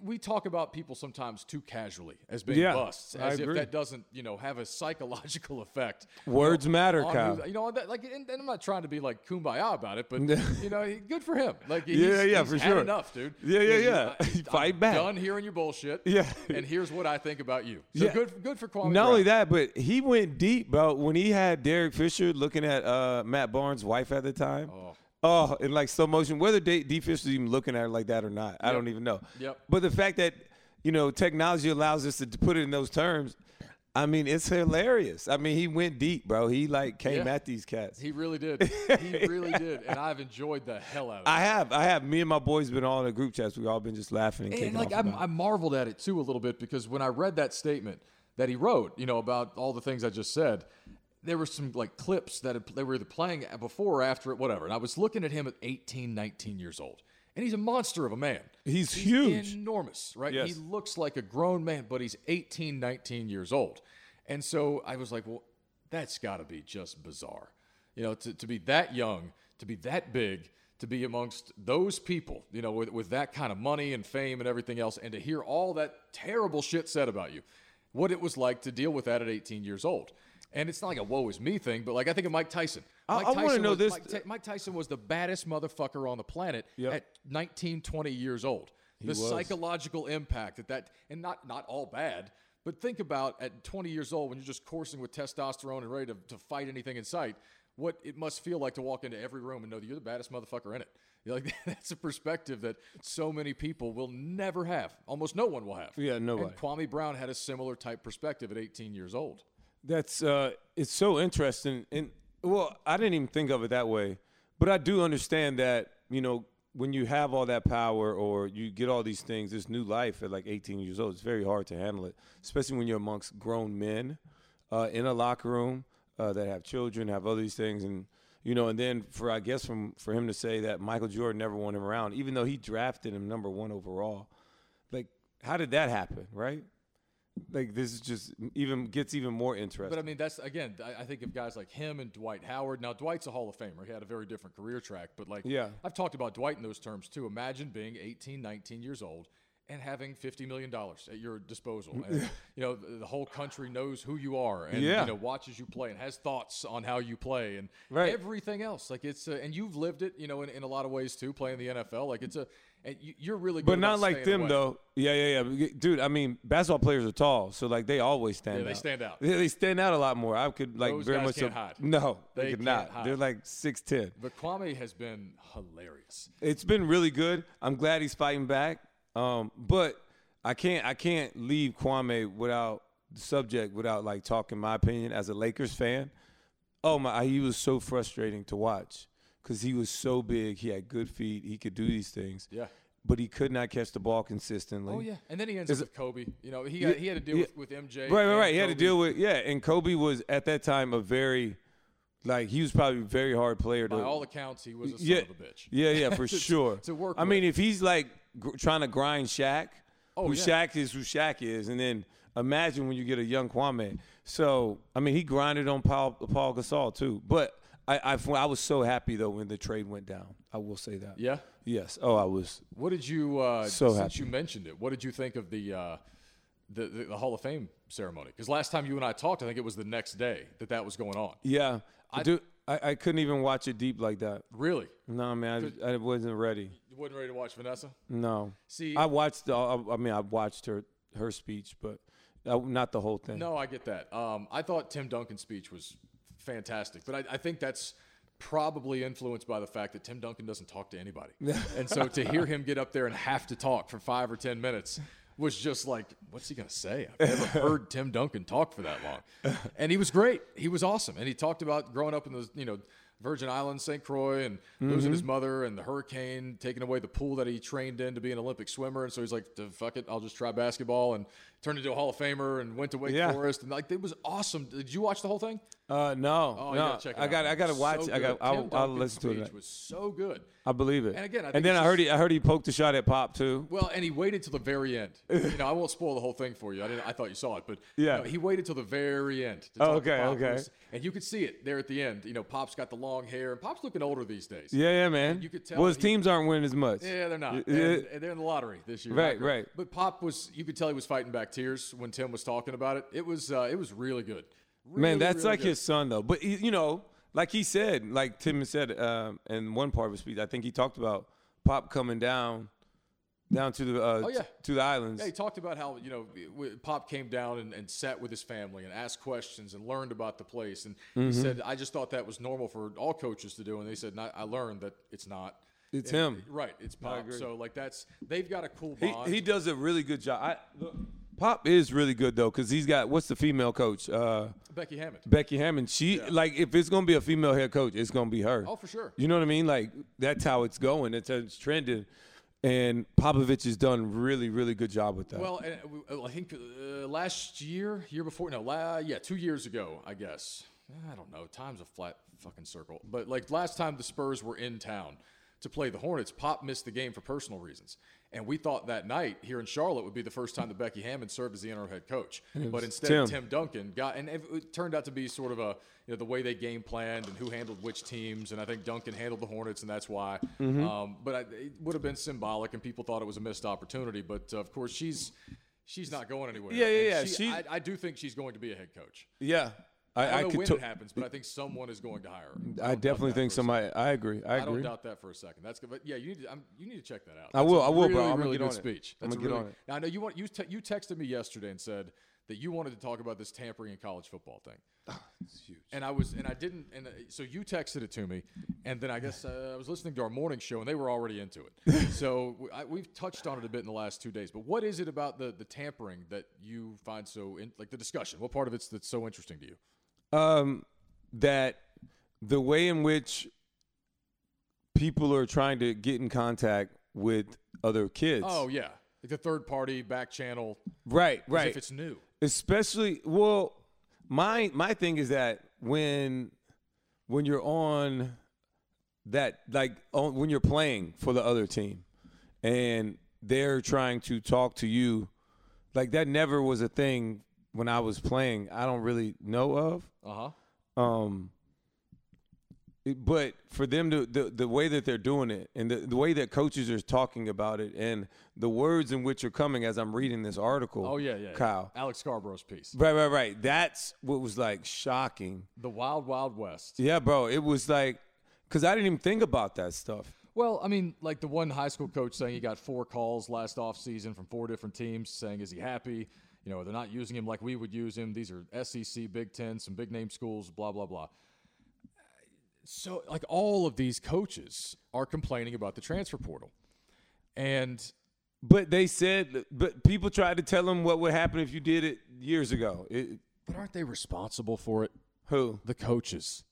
Speaker 1: we talk about people sometimes too casually as being
Speaker 2: Yeah,
Speaker 1: busts,
Speaker 2: I
Speaker 1: as if
Speaker 2: agree.
Speaker 1: that doesn't, you know, have a psychological effect.
Speaker 2: Words matter,
Speaker 1: on
Speaker 2: Kyle.
Speaker 1: who- you know, that, like, and, and I'm not trying to be like kumbaya about it, but you know, he- good for him. Like, he's,
Speaker 2: Yeah, yeah,
Speaker 1: he's
Speaker 2: for
Speaker 1: had
Speaker 2: sure.
Speaker 1: enough, dude.
Speaker 2: Yeah, yeah,
Speaker 1: You know,
Speaker 2: yeah.
Speaker 1: I-
Speaker 2: Fight
Speaker 1: I'm
Speaker 2: back.
Speaker 1: Done hearing your bullshit.
Speaker 2: Yeah.
Speaker 1: and here's what I think about you. So
Speaker 2: Yeah.
Speaker 1: good, good for Kwame.
Speaker 2: Not
Speaker 1: Brown.
Speaker 2: only that, but he went deep, bro. When he had Derek Fisher looking at uh, Matt Barnes' wife at the time. Oh. in like slow motion, whether D, D Fisher's even looking at her like that or not, I don't even know.
Speaker 1: Yep.
Speaker 2: But the fact that you know technology allows us to put it in those terms, I mean, it's hilarious. I mean, he went deep, bro. He like came
Speaker 1: Yeah.
Speaker 2: at these cats.
Speaker 1: he really did. He really did, and I've enjoyed the hell out of it.
Speaker 2: I have, I have. Me and my boys been all in a group chats. We all been just laughing and,
Speaker 1: and
Speaker 2: kicking
Speaker 1: like
Speaker 2: off
Speaker 1: I'm,
Speaker 2: about it.
Speaker 1: I marveled at it too a little bit because when I read that statement that he wrote, you know, about all the things I just said, there were some like clips that had, they were either playing before or after it, whatever. And I was looking at him at 18, 19 years old, and he's a monster of a man.
Speaker 2: He's huge.
Speaker 1: enormous, right?
Speaker 2: Yes.
Speaker 1: He looks like a grown man, but he's 18, 19 years old. And so I was like, well, that's got to be just bizarre. You know, to, to be that young, to be that big, to be amongst those people, you know, with, with that kind of money and fame and everything else, and to hear all that terrible shit said about you, what it was like to deal with that at 18 years old. And it's not like a woe is me thing, but like I think of Mike Tyson.
Speaker 2: I-
Speaker 1: Mike
Speaker 2: I wanna
Speaker 1: Tyson
Speaker 2: know
Speaker 1: was-
Speaker 2: this-
Speaker 1: Mike, Ty- Mike Tyson was the baddest motherfucker on the planet
Speaker 2: Yep.
Speaker 1: at 19, 20 years old. the
Speaker 2: was.
Speaker 1: psychological impact that that, and not not all bad, but think about at 20 years old when you're just coursing with testosterone and ready to, to fight anything in sight, what it must feel like to walk into every room and know that you're the baddest motherfucker in it. You're like that's a perspective that so many people will never have. Almost no one will have.
Speaker 2: Yeah, nobody.
Speaker 1: And Kwame Brown had a similar type perspective at 18 years old.
Speaker 2: That's uh, it's so interesting, and well, I didn't even think of it that way, but I do understand that you know when you have all that power or you get all these things, this new life at like 18 years old, it's very hard to handle it, especially when you're amongst grown men uh, in a locker room uh, that have children, have all these things, and you know, and then for I guess from for him to say that Michael Jordan never won him around, even though he drafted him number one overall, like how did that happen, right? Like this is just even gets even more interesting.
Speaker 1: But I mean, that's again, I, I think of guys like him and Dwight Howard. Now, Dwight's a Hall of Famer. He had a very different career track, but like,
Speaker 2: Yeah.
Speaker 1: I've talked about Dwight in those terms too. Imagine being 18, 19 years old and having $50 million at your disposal. And, you know, the, the whole country knows who you are and,
Speaker 2: Mm, Yeah.
Speaker 1: you know, watches you play and has thoughts on how you play and
Speaker 2: Right.
Speaker 1: everything else. Like, it's, uh, and you've lived it, you know, in, in a lot of ways too, playing the NFL. Like, it's a, and you, you're really good
Speaker 2: But
Speaker 1: about
Speaker 2: not like
Speaker 1: staying
Speaker 2: them
Speaker 1: away.
Speaker 2: though. Yeah, yeah, yeah. Dude, I mean, basketball players are tall, so like they always stand
Speaker 1: Yeah,
Speaker 2: out.
Speaker 1: they stand out.
Speaker 2: Yeah, they stand out a lot more. I could like
Speaker 1: Those
Speaker 2: very
Speaker 1: guys
Speaker 2: much
Speaker 1: can't
Speaker 2: so-
Speaker 1: hide.
Speaker 2: No, they,
Speaker 1: They
Speaker 2: could
Speaker 1: can't
Speaker 2: not.
Speaker 1: hide.
Speaker 2: They're like six ten.
Speaker 1: But Kwame has been hilarious.
Speaker 2: It's been really good. I'm glad he's fighting back. Um, but I can't I can't leave Kwame without the subject without like talking my opinion as a Lakers fan. Oh my, he was so frustrating to watch because he was so big. He had good feet. He could do these things.
Speaker 1: Yeah.
Speaker 2: But he could not catch the ball consistently.
Speaker 1: Oh yeah, and then he ends
Speaker 2: Is
Speaker 1: up with Kobe. You know, he had, he had to deal
Speaker 2: yeah.
Speaker 1: with, with MJ.
Speaker 2: Right, right,
Speaker 1: and
Speaker 2: right. He had to
Speaker 1: Kobe.
Speaker 2: deal with yeah, and Kobe was at that time a very like he was probably a very hard player to
Speaker 1: By all accounts, he was a son
Speaker 2: yeah,
Speaker 1: of a bitch.
Speaker 2: yeah, yeah, for sure.
Speaker 1: to work
Speaker 2: I mean, if he's like gr- trying to grind Shaq,
Speaker 1: Oh,
Speaker 2: who
Speaker 1: yeah.
Speaker 2: Shaq is, who Shaq is, and then imagine when you get a young Kwame. So I mean, he grinded on Paul, Paul Gasol too. But I, I, I was so happy though when the trade went down. I will say that.
Speaker 1: Yeah.
Speaker 2: Yes. Oh, I was.
Speaker 1: What did you? Uh,
Speaker 2: So
Speaker 1: since
Speaker 2: happy.
Speaker 1: you mentioned it, what did you think of the uh, the, the the Hall of Fame ceremony? Because last time you and I talked, I think it was the next day that that was going on.
Speaker 2: Yeah. I do. I, I couldn't even watch it deep like that.
Speaker 1: Really,
Speaker 2: No, man, I, I wasn't ready.
Speaker 1: you wasn't ready to watch Vanessa.
Speaker 2: No.
Speaker 1: See-
Speaker 2: I watched the. uh, I, I mean, I watched her her speech, but uh, not the whole thing.
Speaker 1: No, I get that. Um, I thought Tim Duncan's speech was fantastic, but I, I think that's probably influenced by the fact that Tim Duncan doesn't talk to anybody. and so to hear him get up there and have to talk for five or 10 minutes was just like, what's he going to say? I've never heard Tim Duncan talk for that long. And he was great. He was awesome. And he talked about growing up in the, you know, Virgin Islands, St. Croix, and losing his mother, and the hurricane taking away the pool that he trained in to be an Olympic swimmer. And so he's like, "Duh, "Fuck it, I'll just try basketball," and turned into a Hall of Famer, and went to Wake
Speaker 2: Yeah.
Speaker 1: Forest, and like it was awesome. Did you watch the whole thing?
Speaker 2: Uh, no.
Speaker 1: Oh,
Speaker 2: no.
Speaker 1: you gotta check it
Speaker 2: I
Speaker 1: out.
Speaker 2: got. I gotta
Speaker 1: So
Speaker 2: watch. it. I got.
Speaker 1: good.
Speaker 2: I'll,
Speaker 1: Tim
Speaker 2: I'll
Speaker 1: Duncan's
Speaker 2: listen to
Speaker 1: speech
Speaker 2: it.
Speaker 1: Was so good.
Speaker 2: I believe it.
Speaker 1: And again, I think
Speaker 2: and then
Speaker 1: it's
Speaker 2: I heard he. I heard he poked a shot at Pop too.
Speaker 1: Well, and he waited till the very end. You know, I won't spoil the whole thing for you. I didn't. I thought you saw it, but
Speaker 2: Yeah.
Speaker 1: no, he waited till the very end. to
Speaker 2: Oh,
Speaker 1: talk to
Speaker 2: okay,
Speaker 1: Pop. It
Speaker 2: okay.
Speaker 1: was- And you could see it there at the end. You know, Pop's got the long hair, and Pop's looking older these days.
Speaker 2: Yeah, yeah, man.
Speaker 1: you could tell
Speaker 2: Well, his
Speaker 1: he-
Speaker 2: teams aren't winning as much.
Speaker 1: Yeah, they're not.
Speaker 2: Yeah.
Speaker 1: And, and they're in the lottery this year.
Speaker 2: Right,
Speaker 1: Not great.
Speaker 2: right.
Speaker 1: But Pop was, you could tell he was fighting back tears when Tim was talking about it. It was, uh, it was really good. Really,
Speaker 2: man, that's
Speaker 1: really
Speaker 2: like
Speaker 1: good.
Speaker 2: his son though. But he- you know, like he said, like Tim said um, in one part of his speech, I think he talked about Pop coming down, down to the uh,
Speaker 1: Oh, yeah.
Speaker 2: to the islands.
Speaker 1: Yeah, he talked about how you know w- Pop came down and, and sat with his family and asked questions and learned about the place. And he
Speaker 2: Mm-hmm.
Speaker 1: said, "I just thought that was normal for all coaches to do." And they said, "No, "I learned that it's not."
Speaker 2: It's
Speaker 1: And-
Speaker 2: him.
Speaker 1: right? It's Pop.
Speaker 2: Hmm. agree.
Speaker 1: So like that's they've got a cool
Speaker 2: He,
Speaker 1: bond.
Speaker 2: he does a really good job. I, look, Pop is really good though, because he's got what's the female coach? Uh,
Speaker 1: Becky Hammond.
Speaker 2: Becky Hammond. She like if it's gonna be a female head coach, it's gonna be her.
Speaker 1: Oh, for sure.
Speaker 2: You know what I mean? Like that's how it's going. That's how it's trending. And Popovich has done really, really good job with that.
Speaker 1: Well, and uh, we- uh, I think uh, last year, year before, no, la- yeah, two years ago, I guess. I don't know. Time's a flat fucking circle. But like last time the Spurs were in town to play the Hornets, Pop missed the game for personal reasons. And we thought that night here in Charlotte would be the first time that Becky Hammond served as the interim head coach. But instead, Tim. Duncan got, and it, it turned out to be sort of a, you know, the way they game planned and who handled which teams. And I think Duncan handled the Hornets, and that's why.
Speaker 2: Mm-hmm.
Speaker 1: Um, but I, it would have been symbolic, and people thought it was a missed opportunity. But uh, of course, she's she's not going anywhere.
Speaker 2: Yeah, yeah,
Speaker 1: And
Speaker 2: yeah.
Speaker 1: She,
Speaker 2: She-
Speaker 1: I, I do think she's going to be a head coach.
Speaker 2: Yeah, I,
Speaker 1: I
Speaker 2: I,
Speaker 1: don't know
Speaker 2: could.
Speaker 1: when
Speaker 2: to-
Speaker 1: it happens, but I think someone is going to hire her. don't
Speaker 2: I
Speaker 1: doubt
Speaker 2: definitely
Speaker 1: that
Speaker 2: think
Speaker 1: for a
Speaker 2: somebody. I agree. I
Speaker 1: I don't
Speaker 2: agree.
Speaker 1: doubt that for a second. That's good, but yeah, you need to, I'm, you need to check that out.
Speaker 2: I
Speaker 1: That's
Speaker 2: will-
Speaker 1: a
Speaker 2: I will,
Speaker 1: really,
Speaker 2: bro. I'm gonna
Speaker 1: really
Speaker 2: get on
Speaker 1: good
Speaker 2: it.
Speaker 1: speech.
Speaker 2: I'm
Speaker 1: That's
Speaker 2: gonna
Speaker 1: a
Speaker 2: get
Speaker 1: really-
Speaker 2: on it.
Speaker 1: Now I know you want you te- you texted me yesterday and said that you wanted to talk about this tampering in college football thing,
Speaker 2: Ah, It's huge.
Speaker 1: and I was and I didn't and uh, so you texted it to me, and then I guess uh, I was listening to our morning show and they were already into it. so we, I, we've touched on it a bit in the last two days, but what is it about the the tampering that you find so in, like the discussion? What part of it's that's so interesting to you?
Speaker 2: um, that the way in which people are trying to get in contact with other kids.
Speaker 1: Oh yeah, like the third party back channel,
Speaker 2: right,
Speaker 1: as
Speaker 2: right.
Speaker 1: if it's new.
Speaker 2: especially well my my thing is that when when you're on that like on, when you're playing for the other team and they're trying to talk to you like that never was a thing when I was playing I don't really know of
Speaker 1: Uh huh.
Speaker 2: um it- but for them to the, the way that they're doing it and the, the way that coaches are talking about it and the words in which are coming as I'm reading this article
Speaker 1: Oh yeah, yeah. yeah.
Speaker 2: Kyle
Speaker 1: Alex Scarborough's piece,
Speaker 2: Right, right, right. That's what was like shocking.
Speaker 1: the Wild Wild West.
Speaker 2: Yeah, bro. It was like, cause I didn't even think about that stuff.
Speaker 1: Well, I mean, like the one high school coach saying he got four calls last offseason from four different teams saying, "Is he happy? You know, they're not using him like we would use him. These are SEC, Big Ten, some big name schools. Blah blah blah." So, like, all of these coaches are complaining about the transfer portal, and
Speaker 2: But they said, but people tried to tell them what would happen if you did it years ago. It,
Speaker 1: but aren't they responsible for it?
Speaker 2: who?
Speaker 1: The coaches,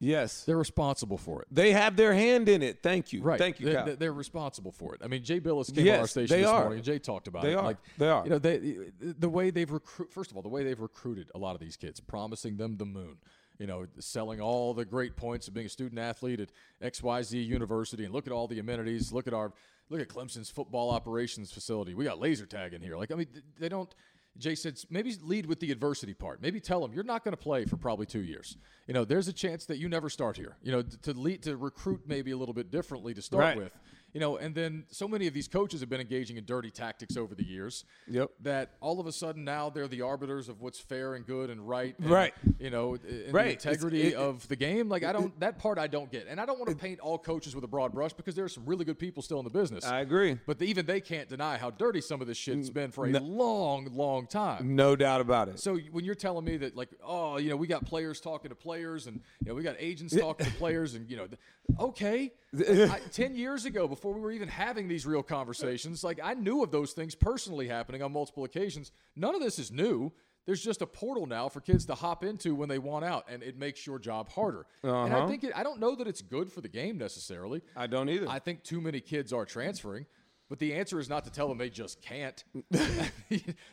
Speaker 2: Yes,
Speaker 1: they're responsible for it.
Speaker 2: they have their hand in it. Thank you.
Speaker 1: Right.
Speaker 2: Thank you,
Speaker 1: They-
Speaker 2: Kyle.
Speaker 1: They, they're responsible for it. I mean, Jay Billis came on our
Speaker 2: Yes,
Speaker 1: station
Speaker 2: they
Speaker 1: this
Speaker 2: are.
Speaker 1: morning, and Jay talked about
Speaker 2: They
Speaker 1: it.
Speaker 2: are.
Speaker 1: Like,
Speaker 2: They are.
Speaker 1: You know, they the way they've recruit. First of all, the way they've recruited a lot of these kids, promising them the moon. You know, selling all the great points of being a student athlete at X Y Z University, and look at all the amenities. Look at our look at Clemson's football operations facility. We got laser tag in here. Like, I mean, th- they don't. Jay said, maybe lead with the adversity part. Maybe tell them you're not going to play for probably two years. You know, there's a chance that you never start here. You know, t- to lead to recruit maybe a little bit differently to start
Speaker 2: Right.
Speaker 1: with. You know, and then so many of these coaches have been engaging in dirty tactics over the years.
Speaker 2: Yep.
Speaker 1: That all of a sudden now they're the arbiters of what's fair and good and right. and,
Speaker 2: Right.
Speaker 1: You know, and
Speaker 2: Right.
Speaker 1: the
Speaker 2: It's-
Speaker 1: integrity
Speaker 2: it-
Speaker 1: of the game. Like I don't that part I don't get, and I don't want to paint all coaches with a broad brush because there are some really good people still in the business.
Speaker 2: I agree.
Speaker 1: But even they can't deny how dirty some of this shit's been for a long, long time.
Speaker 2: No doubt about it.
Speaker 1: So when you're telling me that, like, oh, you know, we got players talking to players, and you know, we got agents talking to players, and you know, th- okay, I, ten years ago, before we were even having these real conversations, like I knew of those things personally happening on multiple occasions. None of this is new. There's just a portal now for kids to hop into when they want out, and it makes your job harder. And I think it, I don't know that it's good for the game necessarily.
Speaker 2: Uh-huh. I don't either.
Speaker 1: I think too many kids are transferring, but the answer is not to tell them they just can't.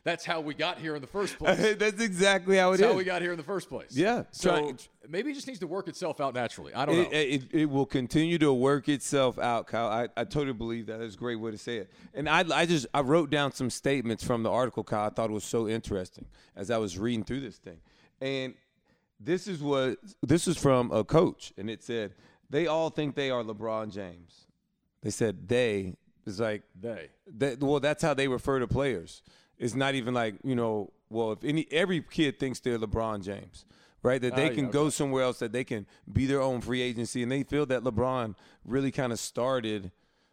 Speaker 1: That's how we got here in the first place.
Speaker 2: That's exactly how it is.
Speaker 1: That's how we got here in the first place.
Speaker 2: Yeah.
Speaker 1: So
Speaker 2: Try-
Speaker 1: maybe it just needs to work itself out naturally. I don't
Speaker 2: it,
Speaker 1: know.
Speaker 2: it, it will continue to work itself out, Kyle. I, I totally believe that. That's a great way to say it. And I, I just I wrote down some statements from the article, Kyle. I thought it was so interesting as I was reading through this thing. And this is what this is from a coach, and it said they all think they are LeBron James. They said they is like
Speaker 1: They.
Speaker 2: that, well, that's how they refer to players. It's not even like you know. Well, if any every kid thinks they're LeBron James, right? That they
Speaker 1: yeah,
Speaker 2: can go somewhere else, that they can be their own free agency, and they feel that LeBron really kind of started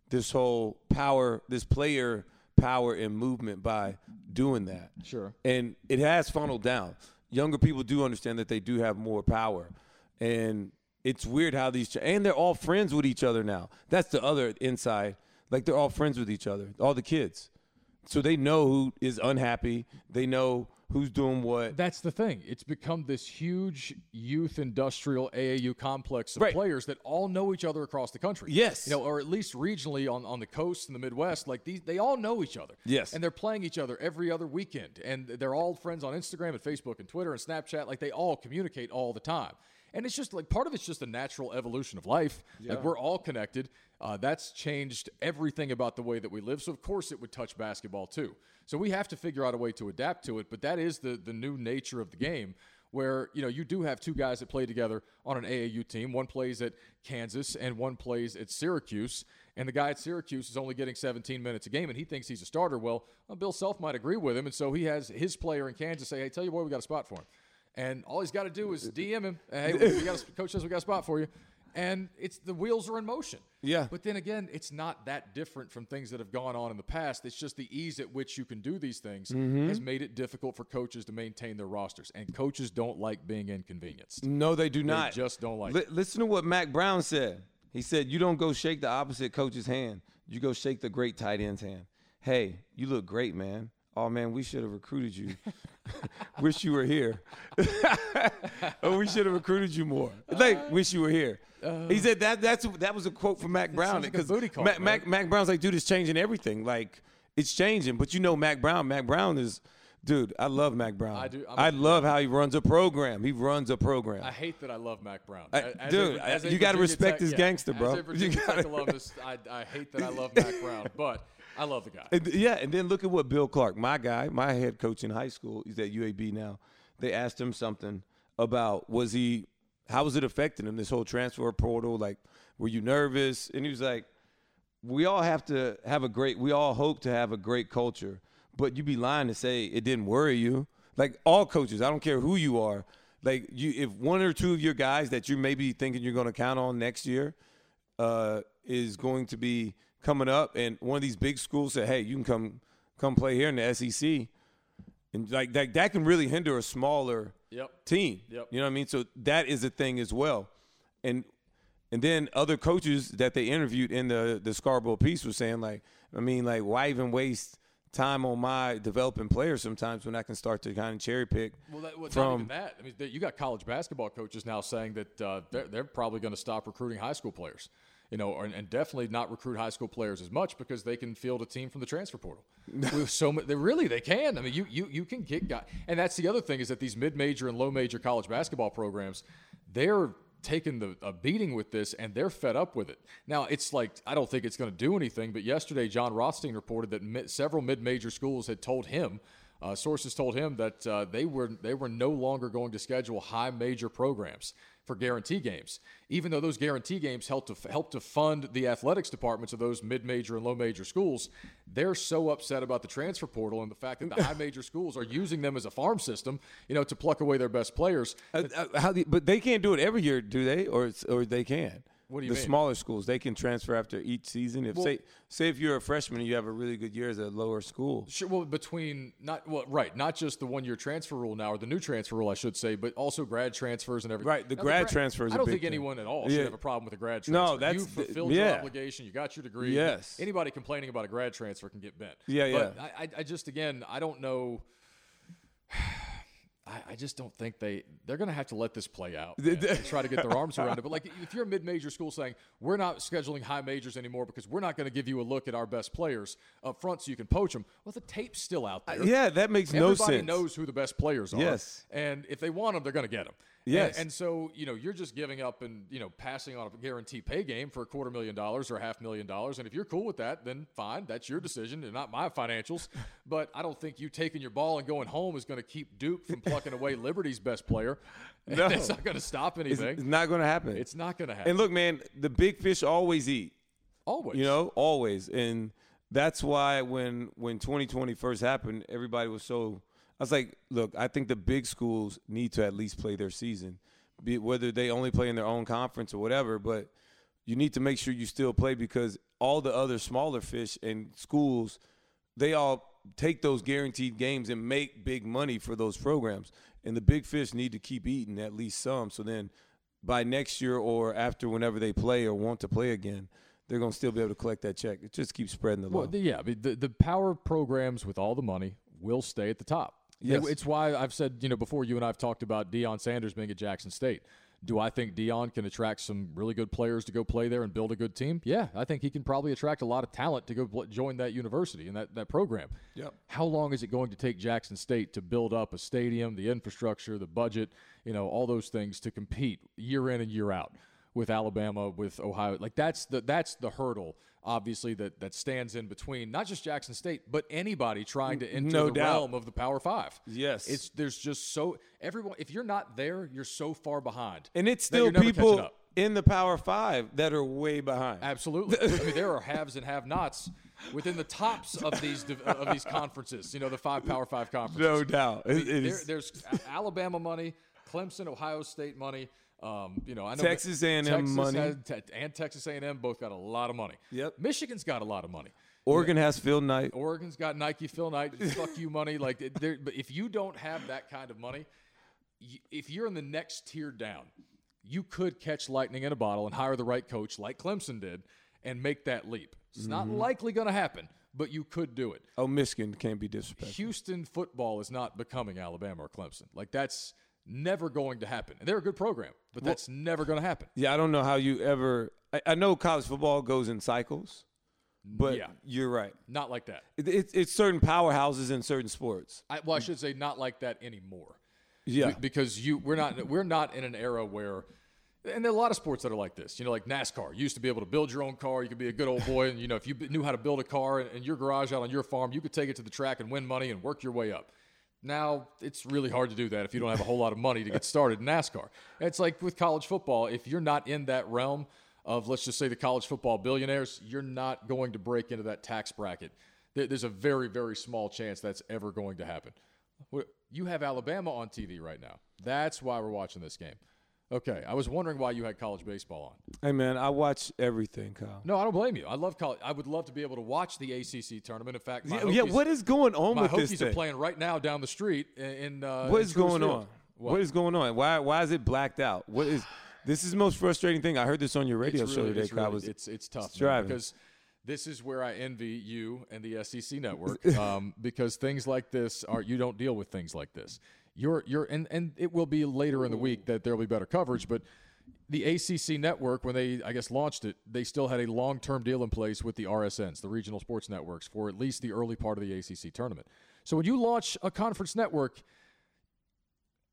Speaker 2: this whole power, this player power and movement by doing that.
Speaker 1: Sure.
Speaker 2: And it has funneled down. Younger people do understand that they do have more power, and it's weird how these and they're all friends with each other now. That's the other inside. Like they're all friends with each other, all the kids, so they know who is unhappy. They know who's doing what.
Speaker 1: That's the thing. It's become this huge youth industrial AAU complex of
Speaker 2: Right.
Speaker 1: players that all know each other across the country.
Speaker 2: Yes.
Speaker 1: You know, or at least regionally on, on the coast and the Midwest. Like these they all know each other.
Speaker 2: Yes.
Speaker 1: And they're playing each other every other weekend. And they're all friends on Instagram and Facebook and Twitter and Snapchat. Like they all communicate all the time. And it's just like part of it's just a natural evolution of life. Like we're all connected. Uh, that's changed everything about the way that we live. So of course it would touch basketball too. So we have to figure out a way to adapt to it. But that is the the new nature of the game where you know you do have two guys that play together on an AAU team. One plays at Kansas and one plays at Syracuse. And the guy at Syracuse is only getting 17 minutes a game, and he thinks he's a starter. Well, uh, Bill Self might agree with him, and so he has his player in Kansas say, "Hey, tell you what, we got a spot for him." And all he's got to do is DM him. Hey, we we got a, coach says we got a spot for you, and it's the wheels are in motion.
Speaker 2: Yeah.
Speaker 1: But then again, it's not that different from things that have gone on in the past. It's just the ease at which you can do these things
Speaker 2: Mm-hmm.
Speaker 1: has made it difficult for coaches to maintain their rosters, and coaches don't like being inconvenienced.
Speaker 2: No, they do not.
Speaker 1: just don't like
Speaker 2: Li- listen to what Mac Brown said. He said, "You don't go shake the opposite coach's hand. You go shake the great tight end's hand. Hey, you look great, man. Oh man, we should have recruited you. wish you were here. or we should have recruited you more.
Speaker 1: Uh,
Speaker 2: Like, wish you were here." he said that that's that was a quote from Mac Brown
Speaker 1: sounds uh. like a booty call,
Speaker 2: Mac, Mac,
Speaker 1: right?
Speaker 2: Mac Brown's like, dude, it's changing everything. Like, it's changing. But you know, Mac Brown. Mac Brown is, dude. I love Mac Brown. I
Speaker 1: do. I'm a-
Speaker 2: I love how he runs a program. He runs a program.
Speaker 1: I hate that I love Mac Brown.
Speaker 2: I-
Speaker 1: As
Speaker 2: dude,
Speaker 1: a- as a
Speaker 2: you gotta
Speaker 1: Virginia
Speaker 2: respect this
Speaker 1: yeah,
Speaker 2: gangster, bro.
Speaker 1: As a
Speaker 2: You
Speaker 1: Virginia Tech
Speaker 2: gotta-
Speaker 1: alumnus, I, I hate that I love Mac Brown, but I love the guy.
Speaker 2: And th- yeah, and then look at what Bill Clark, my guy, my head coach in high school, he's at UAB now. They asked him something about was he how was it affecting him this whole transfer portal? Like, were you nervous? And he was like, "We all have to have a great. We all hope to have a great culture, but you'd be lying to say it didn't worry you. Like all coaches, I don't care who you are. Like you, if one or two of your guys that you may be thinking you're going to count on next year, uh, is going to be coming up, and one of these big schools said, "Hey, you can come come play here in the SEC," and like that that can really hinder a smaller
Speaker 1: Yep.
Speaker 2: team.
Speaker 1: Yep.
Speaker 2: You know what I mean? So that is a thing as well, and and then other coaches that they interviewed in the the Scarborough piece were saying like, I mean, like why even waste time on my developing players sometimes when I can start to kind of cherry pick
Speaker 1: Well, that, well not even
Speaker 2: from
Speaker 1: that. I mean, th- you got college basketball coaches now saying that uh, they're, they're probably going to stop recruiting high school players, you know, or, and definitely not recruit high school players as much because they can field a team from the transfer portal. With so ma- they really they can. I mean, you you you can get guys, and that's the other thing is that these mid-major and low-major college basketball programs, they're taking the a beating with this and they're fed up with it. Now it's like I don't think it's going to do anything, but yesterday John Rothstein reported that mi- several mid-major schools had told him uh, sources told him that uh, they were they were no longer going to schedule high major programs for guarantee games, even though those guarantee games help to help to fund the athletics departments of those mid major and low major schools. They're so upset about the transfer portal and the fact that the high major schools are using them as a farm system, you know, to pluck away their best players.
Speaker 2: Uh, uh, how the, but they can't do it every year, do they? Or it's, or they can.
Speaker 1: What do you
Speaker 2: the
Speaker 1: mean?
Speaker 2: smaller schools they can transfer after each season. If say say if you're a freshman and you have a really good year as a lower school,
Speaker 1: Sure. Well, between not well, right, not just the one-year transfer rule now, or the new transfer rule, I should say, but also grad transfers and everything.
Speaker 2: Right, the
Speaker 1: Now,
Speaker 2: grad transfer is
Speaker 1: I
Speaker 2: a
Speaker 1: don't
Speaker 2: big
Speaker 1: think
Speaker 2: thing.
Speaker 1: anyone at all should
Speaker 2: Yeah.
Speaker 1: have a problem with a grad transfer.
Speaker 2: No, that's
Speaker 1: you
Speaker 2: the-
Speaker 1: fulfilled your
Speaker 2: yeah.
Speaker 1: obligation. You got your degree.
Speaker 2: Yes.
Speaker 1: Anybody complaining about a grad transfer can get bent.
Speaker 2: Yeah,
Speaker 1: but
Speaker 2: yeah.
Speaker 1: I, I, I just again, I don't know. I, I just don't think they they're going to have to let this play out man, and try to get their arms around it. But like, if you're a mid-major school saying we're not scheduling high majors anymore because we're not going to give you a look at our best players up front so you can poach them, well, the tape's still out there.
Speaker 2: Uh, yeah, that makes no
Speaker 1: Everybody
Speaker 2: sense.
Speaker 1: knows who the best players are.
Speaker 2: Yes.
Speaker 1: And if they want them, they're going to get them.
Speaker 2: Yes.
Speaker 1: And, and so, you know, you're just giving up and, you know, passing on a guarantee pay game for a quarter million dollars or a half million dollars. And if you're cool with that, then fine. That's your decision and not my financials. But I don't think you taking your ball and going home is going to keep Duke from plucking away Liberty's best player.
Speaker 2: No.
Speaker 1: That's not going to stop
Speaker 2: it's,
Speaker 1: anything.
Speaker 2: it's
Speaker 1: It's,
Speaker 2: not going to happen.
Speaker 1: not going to happen.
Speaker 2: and look, man, the big fish always eat.
Speaker 1: Always.
Speaker 2: You know, always. And that's why when when 2020 first happened, everybody was so. I was like, look, I think the big schools need to at least play their season, be, whether they only play in their own conference or whatever. But you need to make sure you still play because all the other smaller fish and schools, they all take those guaranteed games and make big money for those programs. And the big fish need to keep eating at least some. So then by next year or after whenever they play or want to play again, they're gonna still be able to collect that check. It just keeps spreading the
Speaker 1: Well,
Speaker 2: love.
Speaker 1: the, yeah, I mean, the, the power programs with all the money will stay at the top. They-
Speaker 2: Yes.
Speaker 1: It's why I've said, you know, before you and I've talked about Deion Sanders being at Jackson State. Do I think Dion can attract some really good players to go play there and build a good team? Yeah, I think he can probably attract a lot of talent to go bl- join that university and that, that program.
Speaker 2: Yep.
Speaker 1: How long is it going to take Jackson State to build up a stadium, the infrastructure, the budget, you know, all those things to compete year in and year out? with Alabama, with Ohio. Like that's the that's the hurdle, obviously that that stands in between not just Jackson State, but anybody trying to enter
Speaker 2: No
Speaker 1: the
Speaker 2: doubt.
Speaker 1: realm of the Power Five.
Speaker 2: Yes.
Speaker 1: it's there's just so everyone. If you're not there, you're so far behind,
Speaker 2: and it's
Speaker 1: that you're
Speaker 2: still
Speaker 1: never catching
Speaker 2: people
Speaker 1: up.
Speaker 2: in the Power Five that are way behind.
Speaker 1: Absolutely, I mean there are haves and have-nots within the tops of these div- of these conferences. You know the five Power Five conferences.
Speaker 2: No doubt. It- it
Speaker 1: There,
Speaker 2: is-
Speaker 1: there's A- Alabama money, Clemson, Ohio State money. Um, you know, I know
Speaker 2: Texas A&M
Speaker 1: Texas
Speaker 2: money.
Speaker 1: has- te- and Texas A&M both got a lot of money.
Speaker 2: Yep.
Speaker 1: Michigan's got a lot of money.
Speaker 2: Oregon has Phil Knight.
Speaker 1: Oregon's got Nike, Phil Knight, fuck you money. Like, it- there, but if you don't have that kind of money, y- if you're in the next tier down, you could catch lightning in a bottle and hire the right coach like Clemson did and make that leap. It's not
Speaker 2: Mm-hmm.
Speaker 1: likely going to happen, but you could do it.
Speaker 2: Oh, Michigan can't be disrespected.
Speaker 1: Houston football is not becoming Alabama or Clemson. Like that's never going to happen. And they're a good program, but that's never going to happen.
Speaker 2: Yeah, I don't know how you ever. I, I know college football goes in cycles, but
Speaker 1: Yeah.
Speaker 2: you're right.
Speaker 1: Not like that. Mm.
Speaker 2: It, it's it's certain powerhouses in certain sports.
Speaker 1: I, well, I should say not like that anymore.
Speaker 2: Yeah,
Speaker 1: Be- because you we're not we're not in an era where and there are a lot of sports that are like this you know like nascar you used to be able to build your own car you could be a good old boy and you know if you b- knew how to build a car in, in your garage out on your farm you could take it to the track and win money and work your way up now it's really hard to do that if you don't have a whole lot of money to get started in nascar it's like with college football if you're not in that realm of let's just say the college football billionaires you're not going to break into that tax bracket There- there's a very very small chance that's ever going to happen what- You have Alabama on TV right now. That's why we're watching this game. Okay, I was wondering why you had college baseball on.
Speaker 2: hey man, I watch everything, Kyle.
Speaker 1: No, I don't blame you. I love college. I would love to be able to watch the ACC tournament. In fact, my
Speaker 2: Yeah, yeah,
Speaker 1: Hokies-
Speaker 2: what is going on
Speaker 1: my
Speaker 2: with this
Speaker 1: Hokies are
Speaker 2: thing?
Speaker 1: playing right now down the street in. in uh,
Speaker 2: what
Speaker 1: in
Speaker 2: is
Speaker 1: Truist
Speaker 2: going
Speaker 1: Field.
Speaker 2: on? what is going on? Why why is it blacked out? What is this is the most frustrating thing. I heard this on your radio
Speaker 1: It's
Speaker 2: show
Speaker 1: really-
Speaker 2: today,
Speaker 1: it's
Speaker 2: Kyle.
Speaker 1: really-
Speaker 2: was,
Speaker 1: it's it's tough man,
Speaker 2: driving.
Speaker 1: because this is where I envy you and the SEC network um, because things like this are you don't deal with things like this. You're you're and and it will be later in the week that there will be better coverage, but. The ACC network, when they, I guess, launched it, they still had a long term deal in place with the RSNs, the regional sports networks, for at least the early part of the ACC tournament. So when you launch a conference network,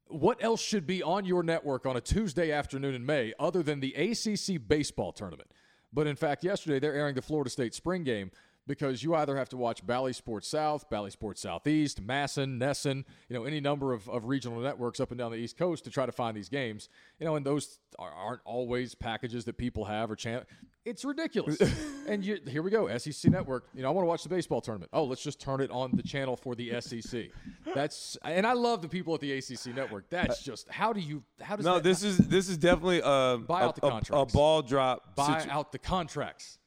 Speaker 1: what else should be on your network on a Tuesday afternoon in May other than the ACC baseball tournament? But in fact, yesterday they're airing the Florida State spring game because you either have to watch Bally Sports South, Bally Sports Southeast, Masson, Nesson, you know, any number of, of regional networks up and down the East Coast to try to find these games. You know, and those are, aren't always packages that people have or chan It's ridiculous. and you, here we go, SEC Network. You know, I want to watch the baseball tournament. Oh, let's just turn it on the channel for the SEC. That's and I love the people at the ACC Network. That's just how do you how does
Speaker 2: Uh, no,
Speaker 1: that
Speaker 2: this is this is definitely um,
Speaker 1: Buy
Speaker 2: a,
Speaker 1: out the
Speaker 2: a- a,
Speaker 1: contracts.
Speaker 2: ball drop.
Speaker 1: buy
Speaker 2: situ-
Speaker 1: out the contracts?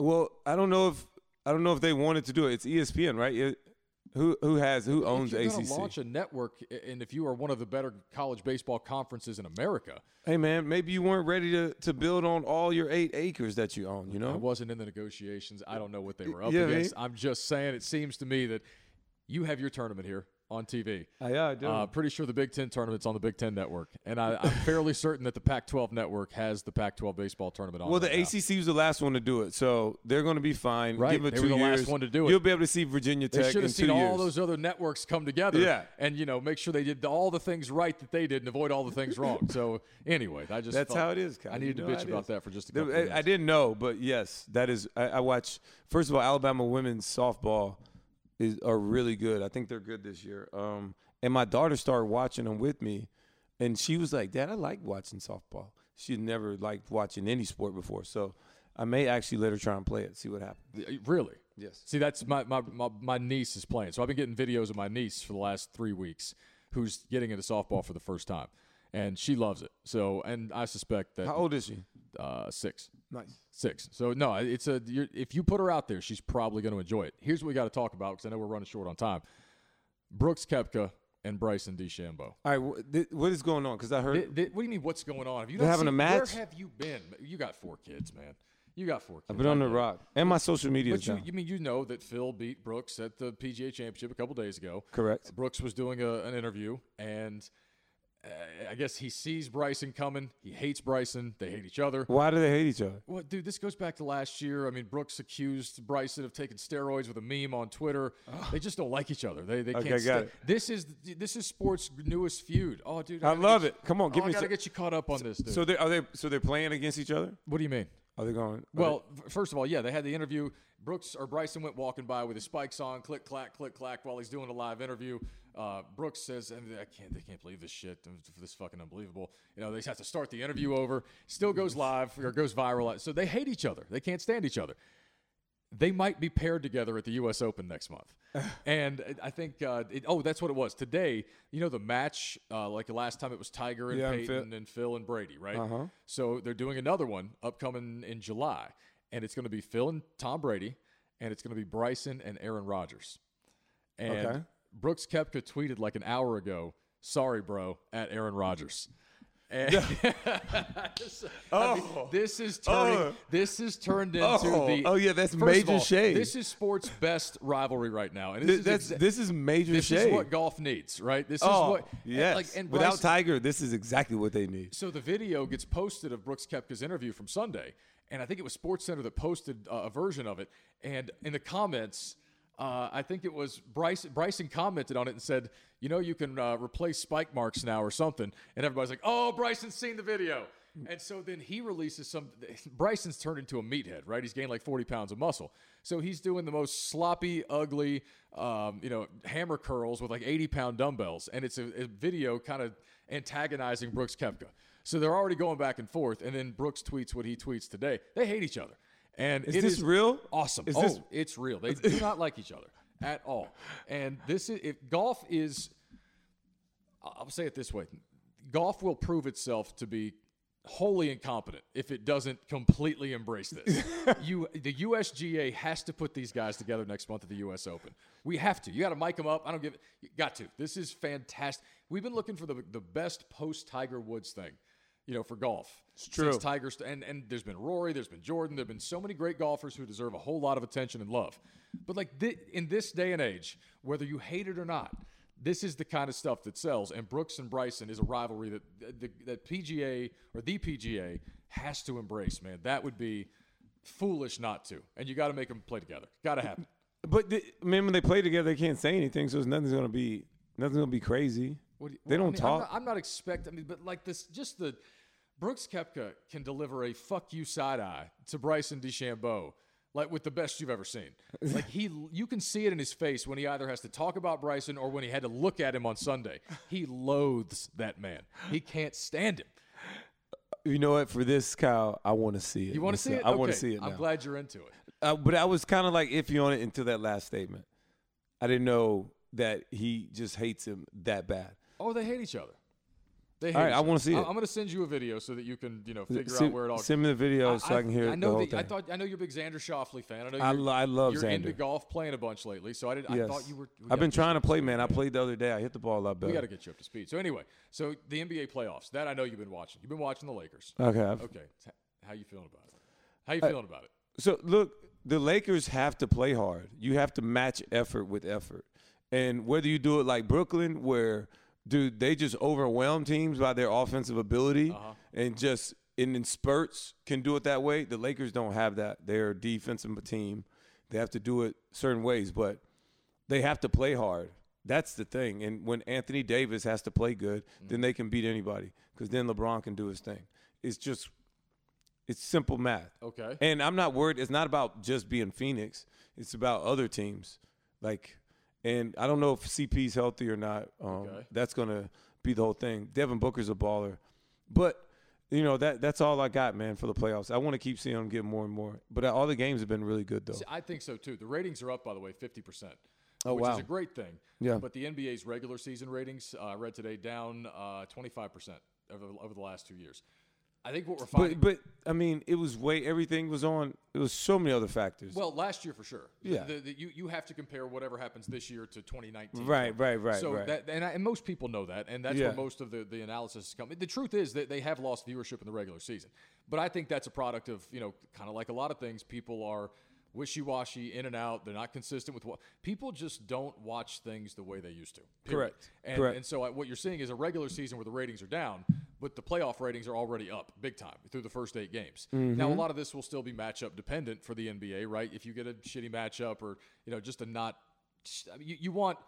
Speaker 2: well, I don't know if I don't know if they wanted to do it. It's E ESPN, right? It- who who has who owns
Speaker 1: if you're gonna
Speaker 2: ACC?
Speaker 1: launch a network, a- and if you are one of the better college baseball conferences in America,
Speaker 2: Hey man, maybe you weren't ready to, to build on all your eight acres that you own. You
Speaker 1: I
Speaker 2: know,
Speaker 1: wasn't in the negotiations. I don't know what they were up
Speaker 2: Yeah, I mean-
Speaker 1: against. I'm just saying, it seems to me that you have your tournament here on TV.
Speaker 2: Uh, yeah, I do.
Speaker 1: Uh, pretty sure the Big Ten tournament's on the Big Ten network, and I, I'm fairly certain that the Pac-12 network has the Pac-12 baseball tournament on.
Speaker 2: well, the
Speaker 1: right now.
Speaker 2: ACC was the last one to do it, so they're going to be fine.
Speaker 1: Right,
Speaker 2: Give it
Speaker 1: they
Speaker 2: two
Speaker 1: were the last
Speaker 2: years.
Speaker 1: one to do it.
Speaker 2: You'll be able to see Virginia Tech
Speaker 1: They should
Speaker 2: in
Speaker 1: have seen
Speaker 2: two
Speaker 1: all
Speaker 2: years.
Speaker 1: those other networks come together,
Speaker 2: Yeah.
Speaker 1: and you know make sure they did all the things right that they did and avoid all the things wrong. So anyway, I just
Speaker 2: That's
Speaker 1: felt-
Speaker 2: how it is, Kyle.
Speaker 1: I
Speaker 2: You
Speaker 1: needed
Speaker 2: know
Speaker 1: to
Speaker 2: how
Speaker 1: bitch
Speaker 2: it
Speaker 1: about
Speaker 2: is.
Speaker 1: that for just a
Speaker 2: There-
Speaker 1: couple.
Speaker 2: I-
Speaker 1: of minutes.
Speaker 2: I, didn't know, but yes, that is. I, I watch. First of all, Alabama women's softball is are really good. I think they're good this year. Um, and my daughter started watching them with me, and she was like, "Dad, I like watching softball." She never liked watching any sport before, so I may actually let her try and play it, see what happens.
Speaker 1: Uh, Really?
Speaker 2: Yes.
Speaker 1: See, that's my, my, my, my niece is playing. So I've been getting videos of my niece for the last three weeks who's getting into softball for the first time. And she loves it. So, and I suspect
Speaker 2: How
Speaker 1: that
Speaker 2: old is she?
Speaker 1: uh, six.
Speaker 2: Nice.
Speaker 1: Six. So no, it's a. You're, if you put her out there, she's probably going to enjoy it. Here's what we got to talk about because I know we're running short on time. Brooks Kepka and Bryson DeChambeau.
Speaker 2: All right, wh- th- what is going on? Because I heard
Speaker 1: Th- th- what do you mean? What's going on? Have you
Speaker 2: They're
Speaker 1: not
Speaker 2: having a
Speaker 1: seen-
Speaker 2: match?
Speaker 1: Where have you been? You got four kids, man. You got four kids.
Speaker 2: I've been on the rock, and my social media is
Speaker 1: But you,
Speaker 2: down.
Speaker 1: you mean you know that Phil beat Brooks at the PGA Championship a couple days ago?
Speaker 2: Correct.
Speaker 1: Brooks was doing a, an interview, and uh, I guess he sees Bryson coming. He hates Bryson. They hate each other.
Speaker 2: Why do they hate each other?
Speaker 1: Well, dude, this goes back to last year. I mean, Brooks accused Bryson of taking steroids with a meme on Twitter. They just don't like each other. They they
Speaker 2: Okay,
Speaker 1: can't.
Speaker 2: got
Speaker 1: stand- This is this is sports' newest feud. Oh, dude,
Speaker 2: I
Speaker 1: gotta
Speaker 2: love
Speaker 1: get
Speaker 2: it. Come on,
Speaker 1: you-
Speaker 2: give
Speaker 1: oh,
Speaker 2: me
Speaker 1: I gotta
Speaker 2: some-
Speaker 1: get you caught up on this, dude.
Speaker 2: So they are they so they're playing against each other?
Speaker 1: what do you mean?
Speaker 2: Are they going? are they-
Speaker 1: Well, f- first of all, yeah, they had the interview. Brooks or Bryson went walking by with his spikes on, click clack, click clack, while he's doing a live interview. Uh, Brooks says, "I, mean, I can't, they can't believe this shit. This is fucking unbelievable." You know, they have to start the interview over. Still goes live or goes viral. So they hate each other. They can't stand each other. They might be paired together at the U.S. Open next month, and I think uh, it, oh, that's what it was today. You know the match, uh, like the last time it was Tiger and
Speaker 2: Yeah, and Phil- Uh-huh.
Speaker 1: Peyton and Phil and Brady, right? So they're doing another one upcoming in July, and it's going to be Phil and Tom Brady, and it's going to be Bryson and Aaron Rodgers. And
Speaker 2: Okay.
Speaker 1: Brooks Kepka tweeted like an hour ago, "Sorry, bro," at Aaron Rodgers. And I mean, this is turning.
Speaker 2: Oh.
Speaker 1: This is turned into
Speaker 2: Oh.
Speaker 1: the.
Speaker 2: Oh, yeah, that's
Speaker 1: First of
Speaker 2: major
Speaker 1: all,
Speaker 2: shade.
Speaker 1: This is sports' best rivalry right now, and
Speaker 2: Th-
Speaker 1: this
Speaker 2: that's
Speaker 1: is exa-
Speaker 2: this is major
Speaker 1: this
Speaker 2: shade.
Speaker 1: is what golf needs, right? This is
Speaker 2: oh,
Speaker 1: what
Speaker 2: yes.
Speaker 1: like and
Speaker 2: Without
Speaker 1: Bryson-
Speaker 2: Tiger, this is exactly what they need.
Speaker 1: so the video gets posted of Brooks Kepka's interview from Sunday, and I think it was SportsCenter that posted uh, a version of it. And in the comments, uh, I think it was Bryce. Bryson commented on it and said, "You know, you can uh, replace spike marks now or something." And everybody's like, "Oh, Bryson's seen the video." And so then he releases some. Bryson's turned into a meathead, right? He's gained like 40 pounds of muscle. So he's doing the most sloppy, ugly, um, you know, hammer curls with like 80 pound dumbbells. And it's a, a video kind of antagonizing Brooks Kepka. So they're already going back and forth, and then Brooks tweets what he tweets today. They hate each other, and
Speaker 2: Is
Speaker 1: it
Speaker 2: this real?
Speaker 1: Awesome.
Speaker 2: Is
Speaker 1: oh,
Speaker 2: this-
Speaker 1: it's real. They do not like each other at all. And this is if golf is. I- I'll say it this way: golf will prove itself to be wholly incompetent if it doesn't completely embrace this. you, the USGA has to put these guys together next month at the U.S. Open. We have to. You got to mic them up. I don't give. You got to. This is fantastic. We've been looking for the the best post Tiger Woods thing, you know, for golf. It's
Speaker 2: true.
Speaker 1: Tigers, and and there's been Rory, there's been Jordan, there've been so many great golfers who deserve a whole lot of attention and love. But like thi- in this day and age, whether you hate it or not, this is the kind of stuff that sells. And Brooks and Bryson is a rivalry that the, that PGA or the PGA has to embrace. Man, that would be foolish not to. And you got to make them play together. Got to happen.
Speaker 2: But the, I mean, when they play together, they can't say anything, so it's- nothing's gonna be nothing's gonna be crazy.
Speaker 1: What do you-
Speaker 2: they
Speaker 1: well,
Speaker 2: don't
Speaker 1: I mean,
Speaker 2: talk.
Speaker 1: I'm not, I'm not expecting. I mean, but like this, just the Brooks Kepka can deliver a fuck you side eye to Bryson DeChambeau, like with the best you've ever seen. Like he, you can see it in his face when he either has to talk about Bryson or when he had to look at him on Sunday. He loathes that man. He can't stand him.
Speaker 2: you know what? For this, Kyle, I want to see it.
Speaker 1: You want to see it?
Speaker 2: I
Speaker 1: Okay,
Speaker 2: want to see it. Now.
Speaker 1: I'm glad you're into it.
Speaker 2: uh, but I was kind of like iffy on it until that last statement. I didn't know that he just hates him that bad.
Speaker 1: Oh, they hate each other. They hate
Speaker 2: All right,
Speaker 1: each
Speaker 2: I
Speaker 1: other.
Speaker 2: wanna see it.
Speaker 1: I'm going to send you a video so that you can, you know, figure
Speaker 2: Send-
Speaker 1: out where it all.
Speaker 2: send me the video so I, can hear
Speaker 1: I
Speaker 2: the
Speaker 1: know
Speaker 2: whole
Speaker 1: that,
Speaker 2: thing.
Speaker 1: I thought I know you're a big Xander Shoffley fan. I know
Speaker 2: I
Speaker 1: you're-
Speaker 2: lo- I love
Speaker 1: you're into
Speaker 2: Xander.
Speaker 1: golf, playing a bunch lately. So I did. I
Speaker 2: Yes.
Speaker 1: thought you were. we
Speaker 2: I've
Speaker 1: gotta
Speaker 2: been
Speaker 1: get
Speaker 2: trying
Speaker 1: you
Speaker 2: to
Speaker 1: up to
Speaker 2: play, man. I played the other day. I hit the ball a lot better.
Speaker 1: We got to get you up to speed. So anyway, so the NBA playoffs that I know you've been watching. You've been watching the Lakers.
Speaker 2: okay. I've-
Speaker 1: Okay, T- how you feeling about it? How you feeling about it?
Speaker 2: So look, the Lakers have to play hard. You have to match effort with effort. And whether you do it like Brooklyn, where dude, they just overwhelm teams by their offensive ability and just and in spurts can do it that way. The Lakers don't have that. They're a defensive team. They have to do it certain ways, but they have to play hard. That's the thing. And when Anthony Davis has to play good, then they can beat anybody because then LeBron can do his thing. It's just, it's simple math.
Speaker 1: Okay.
Speaker 2: And I'm not worried. It's not about just being Phoenix. It's about other teams. Like, and I don't know if CP's healthy or not. Um,
Speaker 1: Okay.
Speaker 2: That's gonna be the whole thing. Devin Booker's a baller, but you know that that's all I got, man, for the playoffs. I want to keep seeing them get more and more. But uh, all the games have been really good though.
Speaker 1: I think so too. The ratings are up, by the way, fifty percent.
Speaker 2: Oh,
Speaker 1: which
Speaker 2: wow.
Speaker 1: is a great thing.
Speaker 2: Yeah.
Speaker 1: But the NBA's regular season ratings, uh, I read today, down twenty five percent over over the last two years. I think what we're finding.
Speaker 2: But but I mean, it was way everything was on. It was so many other factors.
Speaker 1: Well, last year for sure.
Speaker 2: Yeah.
Speaker 1: The, the, you, you have to compare whatever happens this year to 2019.
Speaker 2: right, right, right,
Speaker 1: So
Speaker 2: right.
Speaker 1: that and, I, and most people know that, and that's
Speaker 2: Yeah.
Speaker 1: where most of the, the analysis is coming. The truth is that they have lost viewership in the regular season, but I think that's a product of you know kind of like a lot of things. People are wishy washy, in and out. They're not consistent with what people just don't watch things the way they used to. period.
Speaker 2: Correct.
Speaker 1: And,
Speaker 2: Correct.
Speaker 1: and so I- what you're seeing is a regular season where the ratings are down, but the playoff ratings are already up big time through the first eight games. Now a
Speaker 2: Mm-hmm.
Speaker 1: lot of this will still be matchup dependent for the NBA, right? If you get a shitty matchup or you know just a not, I mean, you, you want.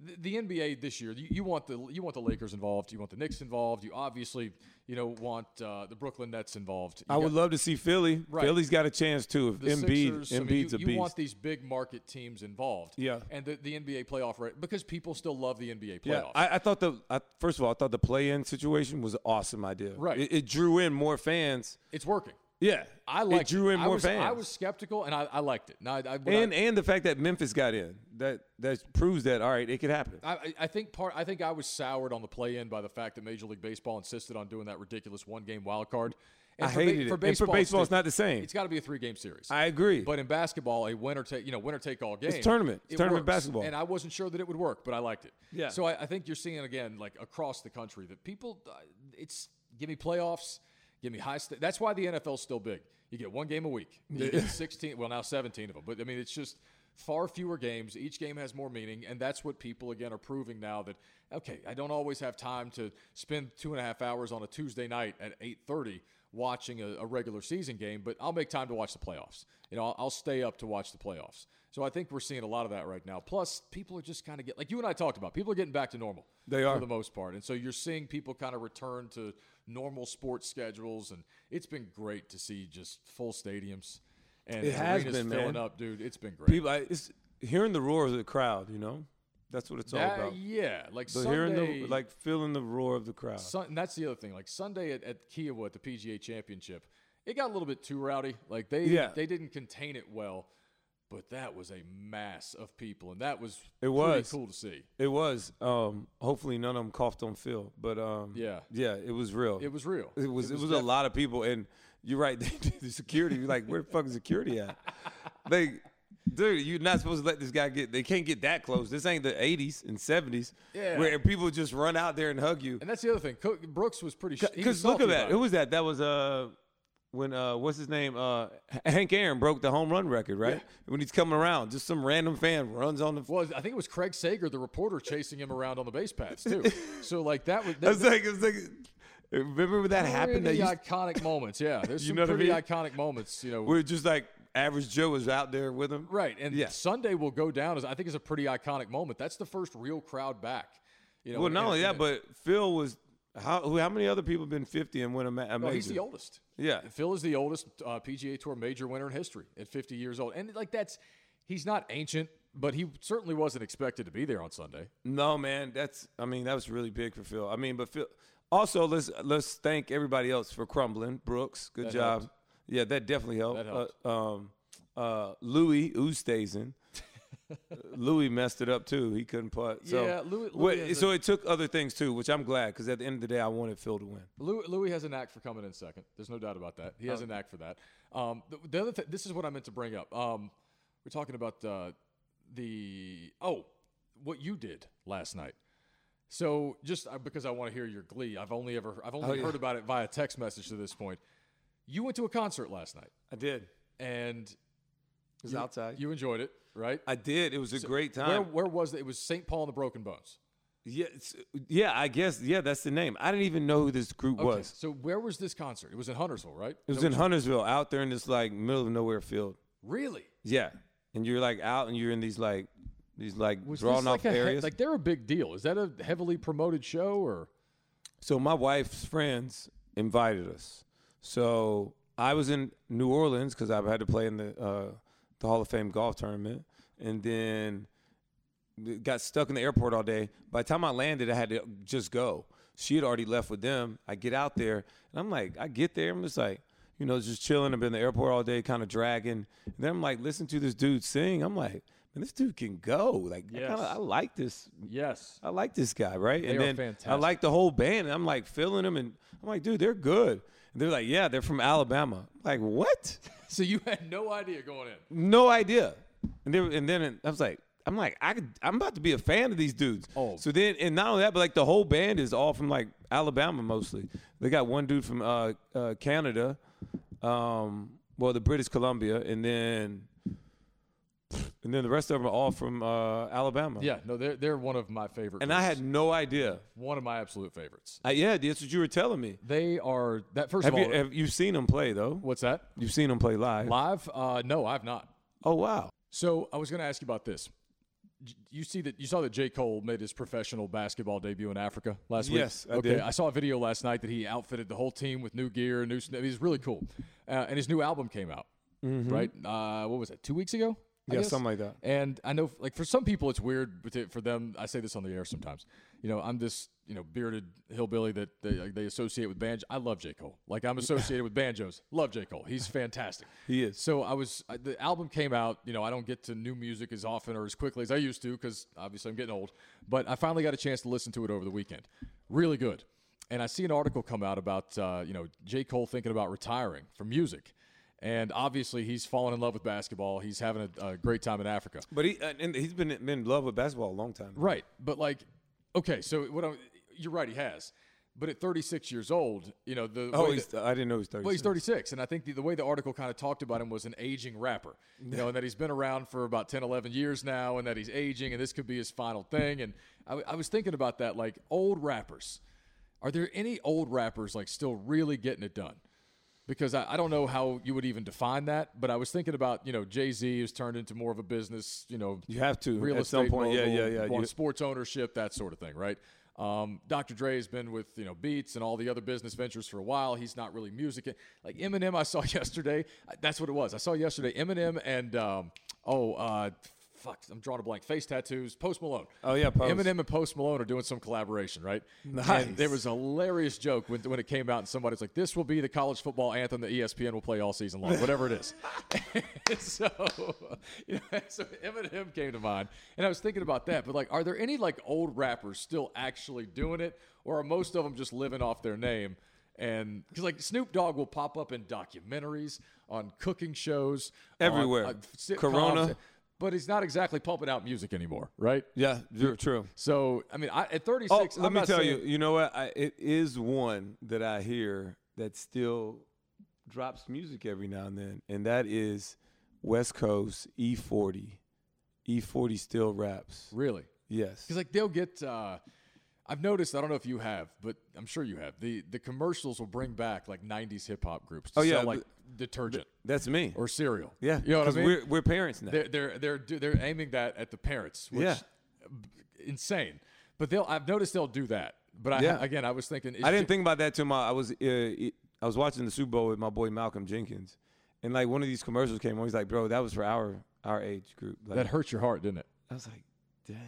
Speaker 1: The the NBA this year, you, you want the you want the Lakers involved, you want the Knicks involved, you obviously you know want uh, the Brooklyn Nets involved. You
Speaker 2: I
Speaker 1: got-
Speaker 2: would love to see Philly.
Speaker 1: Right.
Speaker 2: Philly's got a chance too. If
Speaker 1: the
Speaker 2: Embiid,
Speaker 1: Sixers, I mean,
Speaker 2: Embiid's
Speaker 1: you,
Speaker 2: a
Speaker 1: you
Speaker 2: beast.
Speaker 1: want these big market teams involved.
Speaker 2: Yeah.
Speaker 1: And the, the NBA playoff rate because people still love the NBA playoffs.
Speaker 2: yeah, I, I thought the I, first of all, I thought the play-in situation was an awesome idea.
Speaker 1: Right.
Speaker 2: it, it drew in more fans.
Speaker 1: it's working.
Speaker 2: Yeah,
Speaker 1: I like
Speaker 2: it. Drew in
Speaker 1: I
Speaker 2: more
Speaker 1: was,
Speaker 2: fans.
Speaker 1: I was skeptical and I, I liked it. Now, I, I, when I-
Speaker 2: and and the fact that Memphis got in that that proves that all right, it could happen.
Speaker 1: I, I- I think part. I think I was soured on the play-in by the fact that Major League Baseball insisted on doing that ridiculous one-game wild card. And
Speaker 2: I
Speaker 1: for ba-
Speaker 2: hated it. And for baseball, it's not the same.
Speaker 1: It's got to be a three-game series.
Speaker 2: I agree.
Speaker 1: But in basketball, a winner take you know winner take all game.
Speaker 2: tournament. It's tournament
Speaker 1: works.
Speaker 2: basketball.
Speaker 1: And I wasn't sure that it would work, but I liked it.
Speaker 2: Yeah.
Speaker 1: So I, I think you're seeing again like across the country that people, uh, it's give me playoffs, give me high. St- that's why the NFL's still big. You get one game a week. You get 16, well now 17 of them, but I mean it's just far fewer games. Each game has more meaning, and that's what people again are proving now that okay, I don't always have time to spend two and a half hours on a Tuesday night at eight thirty watching a, a regular season game, but I'll make time to watch the playoffs. You know, I'll, I'll stay up to watch the playoffs. So I think we're seeing a lot of that right now. Plus, people are just kind of get like you and I talked about. People are getting back to normal.
Speaker 2: They
Speaker 1: for
Speaker 2: are.
Speaker 1: the most part, and so you're seeing people kind of return to normal sports schedules, and it's been great to see just full stadiums and
Speaker 2: It has
Speaker 1: arenas
Speaker 2: been,
Speaker 1: filling
Speaker 2: man.
Speaker 1: up, dude. It's been great.
Speaker 2: People, I, it's hearing the roar of the crowd. You know, that's what it's all
Speaker 1: That-
Speaker 2: about.
Speaker 1: Uh, yeah, like
Speaker 2: So
Speaker 1: Sunday,
Speaker 2: hearing the like feeling the roar of the crowd.
Speaker 1: Sun, and that's the other thing. Like Sunday at, at Kiowa at the PGA Championship, it got a little bit too rowdy. Like they
Speaker 2: Yeah.
Speaker 1: they didn't contain it well, but that was a mass of people, and that was
Speaker 2: It
Speaker 1: pretty
Speaker 2: was.
Speaker 1: cool to see.
Speaker 2: It was. Um, hopefully, none of them coughed on Phil, but um,
Speaker 1: Yeah.
Speaker 2: yeah, it was real.
Speaker 1: It was real.
Speaker 2: It was. It was, a
Speaker 1: def-
Speaker 2: lot of people, and you're right. the security, you're like, where the fuck is security at? like, dude, you're not supposed to let this guy get. They can't get that close. This ain't the '80s and '70s,
Speaker 1: Yeah.
Speaker 2: where people just run out there and hug you.
Speaker 1: And that's the other thing. Co- Brooks was pretty.
Speaker 2: Because look at that. Who was that? That was uh when uh what's his name? Uh H- Hank Aaron broke the home run record, right? When he's coming around, just some random fan runs on the.
Speaker 1: Well, I think it was Craig Sager, the reporter, chasing him around on the base paths too. so like that was.
Speaker 2: It's like it's like. Remember when that happened? That
Speaker 1: pretty
Speaker 2: you,
Speaker 1: iconic moments. Yeah, there's
Speaker 2: You
Speaker 1: some
Speaker 2: know what I
Speaker 1: pretty
Speaker 2: mean?
Speaker 1: iconic moments. You know,
Speaker 2: we're just like average Joe is out there with him.
Speaker 1: Right, and
Speaker 2: Yeah.
Speaker 1: Sunday will go down as I think is a pretty iconic moment. That's the first real crowd back. You know,
Speaker 2: Well,
Speaker 1: and-
Speaker 2: not only
Speaker 1: and-
Speaker 2: that, but Phil was how who, how many other people been fifty and win a, ma- a
Speaker 1: Oh,
Speaker 2: major?
Speaker 1: he's the oldest.
Speaker 2: Yeah.
Speaker 1: Phil is the oldest uh, PGA Tour major winner in history at 50 years old, and like that's he's not ancient, but he certainly wasn't expected to be there on Sunday.
Speaker 2: No, man, that's I mean that was really big for Phil. I mean, but Phil also let's let's thank everybody else for crumbling. Brooks, good
Speaker 1: That
Speaker 2: job.
Speaker 1: helped.
Speaker 2: Yeah, that definitely helped.
Speaker 1: That helped.
Speaker 2: Uh, um, uh, Louis Oosthuizen. Louis messed it up too. He couldn't putt. So,
Speaker 1: Yeah, Louis- Louis
Speaker 2: Wait,
Speaker 1: has
Speaker 2: so it took other things too, which I'm glad because at the end of the day, I wanted Phil to win.
Speaker 1: Louis, Louis has a knack for coming in second. There's no doubt about that. He
Speaker 2: Oh.
Speaker 1: has a knack for that. Um, the, the other thing, this is what I meant to bring up. Um, we're talking about uh, the oh, what you did last night. So just uh, because I want to hear your glee, I've only ever I've only
Speaker 2: Oh, yeah.
Speaker 1: heard about it via text message to this point. You went to a concert last night,
Speaker 2: I did. It
Speaker 1: and
Speaker 2: was
Speaker 1: you,
Speaker 2: outside.
Speaker 1: You enjoyed it, right?
Speaker 2: I did. It was a great time.
Speaker 1: Where, where was it? It was St. Paul and the Broken Bones.
Speaker 2: Yeah, it's- yeah, I guess. Yeah, that's the name. I didn't even know who this group
Speaker 1: Okay,
Speaker 2: was.
Speaker 1: So where was this concert? It was in Huntersville, right?
Speaker 2: It was in Huntersville, out there in this like middle of nowhere field.
Speaker 1: really.
Speaker 2: Yeah, and you're like out and you're in these like these like
Speaker 1: Was
Speaker 2: drawn
Speaker 1: this like
Speaker 2: off
Speaker 1: a he-
Speaker 2: areas.
Speaker 1: like they're a big deal. Is that a heavily promoted show or?
Speaker 2: so my wife's friends invited us. So I was in New Orleans because I've had to play in the uh, the Hall of Fame golf tournament, and then got stuck in the airport all day. By the time I landed, I had to just go. She had already left with them. I get out there and I'm like, I get there. I'm just like, you know, just chilling. I've been in the airport all day, kind of dragging. And then I'm like, listen to this dude sing. I'm like, man, this dude can go. Like, I,
Speaker 1: Yes.
Speaker 2: kinda, I like this.
Speaker 1: Yes.
Speaker 2: I like this guy, right? and
Speaker 1: are
Speaker 2: then I
Speaker 1: fantastic.
Speaker 2: like the whole band. And I'm like feeling them, and I'm like, dude, they're good. And they're like, yeah, they're from Alabama. I'm like, what?
Speaker 1: So you had no idea going in.
Speaker 2: No idea. And then and then I was like, I'm like, I could, I'm about to be a fan of these dudes.
Speaker 1: Oh.
Speaker 2: So then and not only that, but like the whole band is all from like Alabama mostly. They got one dude from uh, uh Canada, um, well the British Columbia, and then and then the rest of them are all from uh, Alabama.
Speaker 1: Yeah, no, they're they're one of my favorite.
Speaker 2: and I
Speaker 1: groups.
Speaker 2: had no idea.
Speaker 1: one of my absolute favorites.
Speaker 2: I, yeah, that's what you were telling me.
Speaker 1: They are that first
Speaker 2: Have
Speaker 1: of all.
Speaker 2: you have you seen them play though?
Speaker 1: what's that
Speaker 2: You've seen them play live.
Speaker 1: live? Uh, no, I've not.
Speaker 2: Oh wow.
Speaker 1: So I was going to ask you about this. J- You see that you saw that J. Cole made his professional basketball debut in Africa last week.
Speaker 2: Yes, I
Speaker 1: okay.
Speaker 2: did.
Speaker 1: I saw a video last night that he outfitted the whole team with new gear, new. sn- He's really cool, uh, and his new album came out. Right? Uh, what was that? Two weeks ago? I
Speaker 2: Mm-hmm. Yeah,
Speaker 1: guess?
Speaker 2: something like that.
Speaker 1: And I know, like for some people, it's weird, but it- for them, I say this on the air sometimes. You know, I'm this you know bearded hillbilly that they, like, they associate with banjo. I love J Cole. Like I'm associated with banjos. Love J Cole. He's fantastic.
Speaker 2: He is.
Speaker 1: So I was I, the album came out. You know, I don't get to new music as often or as quickly as I used to because obviously I'm getting old. But I finally got a chance to listen to it over the weekend. Really good. And I see an article come out about uh, you know J Cole thinking about retiring from music. And obviously, he's fallen in love with basketball. He's having a, a great time in Africa.
Speaker 2: But he uh, and and he's been been in love with basketball a long time.
Speaker 1: Right, but like, okay, so what? I'm, you're right, he has. But at 36 years old, you know the
Speaker 2: Oh,
Speaker 1: way
Speaker 2: he's,
Speaker 1: that-
Speaker 2: I didn't know he was thirty.
Speaker 1: well, he's 36, and I think the, the way the article kind of talked about him was an aging rapper, you know, and that he's been around for about 10, 11 years now, and that he's aging, and this could be his final thing. And I, w- I was thinking about that, like old rappers. Are there any old rappers like still really getting it done? Because I, I don't know how you would even define that, but I was thinking about you know Jay Z has turned into more of a business, you know,
Speaker 2: You have to
Speaker 1: real
Speaker 2: at
Speaker 1: estate
Speaker 2: some point. Yeah,
Speaker 1: mogul,
Speaker 2: yeah, yeah.
Speaker 1: want
Speaker 2: You-
Speaker 1: sports ownership, that sort of thing, right? Um, Dr. Dre has been with you know Beats and all the other business ventures for a while. He's not really music. Like Eminem, I saw yesterday. That's what it was. I saw yesterday Eminem and um, oh uh, fuck, I'm drawing a blank. Face tattoos. Post Malone.
Speaker 2: Oh, yeah, Post.
Speaker 1: Eminem and Post Malone are doing some collaboration, right?
Speaker 2: Nice.
Speaker 1: And there was a hilarious joke when, when it came out, and somebody was like, "This will be the college football anthem that E ESPN will play all season long, whatever it is." so, you know, so Eminem came to mind, and I was thinking about that. But like, are there any like old rappers still actually doing it, or are most of them just living off their name? And because like Snoop Dogg will pop up in documentaries, on cooking shows, on,
Speaker 2: Everywhere.
Speaker 1: uh, sitcoms,
Speaker 2: Corona.
Speaker 1: but he's not exactly pumping out music anymore, right?
Speaker 2: yeah, you're true.
Speaker 1: So I mean, I, at 36,
Speaker 2: Oh,
Speaker 1: I'm
Speaker 2: let me
Speaker 1: not
Speaker 2: tell
Speaker 1: saying-
Speaker 2: you. You know what? I, it is one that I hear that still drops music every now and then, and that is West Coast E E40. E40 still raps.
Speaker 1: really
Speaker 2: Yes.
Speaker 1: because like they'll get. Uh, I've noticed. I don't know if you have, but I'm sure you have. the The commercials will bring back like 90s hip hop groups. To
Speaker 2: Oh, yeah,
Speaker 1: sell, like
Speaker 2: the-
Speaker 1: detergent
Speaker 2: That's me.
Speaker 1: or cereal.
Speaker 2: yeah.
Speaker 1: you know what I
Speaker 2: 'cause
Speaker 1: mean.
Speaker 2: We're, we're parents now.
Speaker 1: they're they're they're do- they're aiming that at the parents, which
Speaker 2: Yeah.
Speaker 1: insane. But they'll I've noticed they'll do that. But I,
Speaker 2: Yeah.
Speaker 1: again, I was thinking it's
Speaker 2: I didn't
Speaker 1: ju-
Speaker 2: think about that till my I was uh, it- I was watching the Super Bowl with my boy Malcolm Jenkins, and like one of these commercials came on. He's like, "Bro, that was for our our age group." Like,
Speaker 1: that hurt your heart, didn't it?
Speaker 2: I was like, "Dang."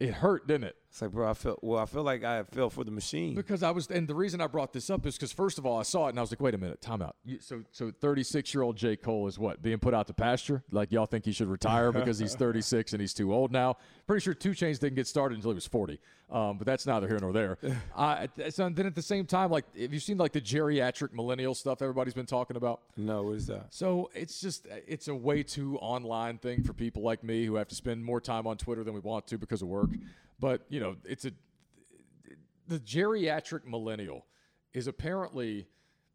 Speaker 1: It hurt, didn't it?
Speaker 2: It's like, bro, I felt well. I feel like I fell for the machine.
Speaker 1: Because I was, and the reason I brought this up is because first of all, I saw it and I was like, wait a minute, time out. You, so, so 36 year old J Cole is what being put out to pasture? Like y'all think he should retire because he's 36 and he's too old now? Pretty sure Two Chains didn't get started until he was 40, um, but that's neither here nor there. uh, so, and then at the same time, like have you seen like the geriatric millennial stuff everybody's been talking about?
Speaker 2: No, what is that?
Speaker 1: So it's just it's a way too online thing for people like me who have to spend more time on Twitter than we want to because of work. But you know, it's a the geriatric millennial is apparently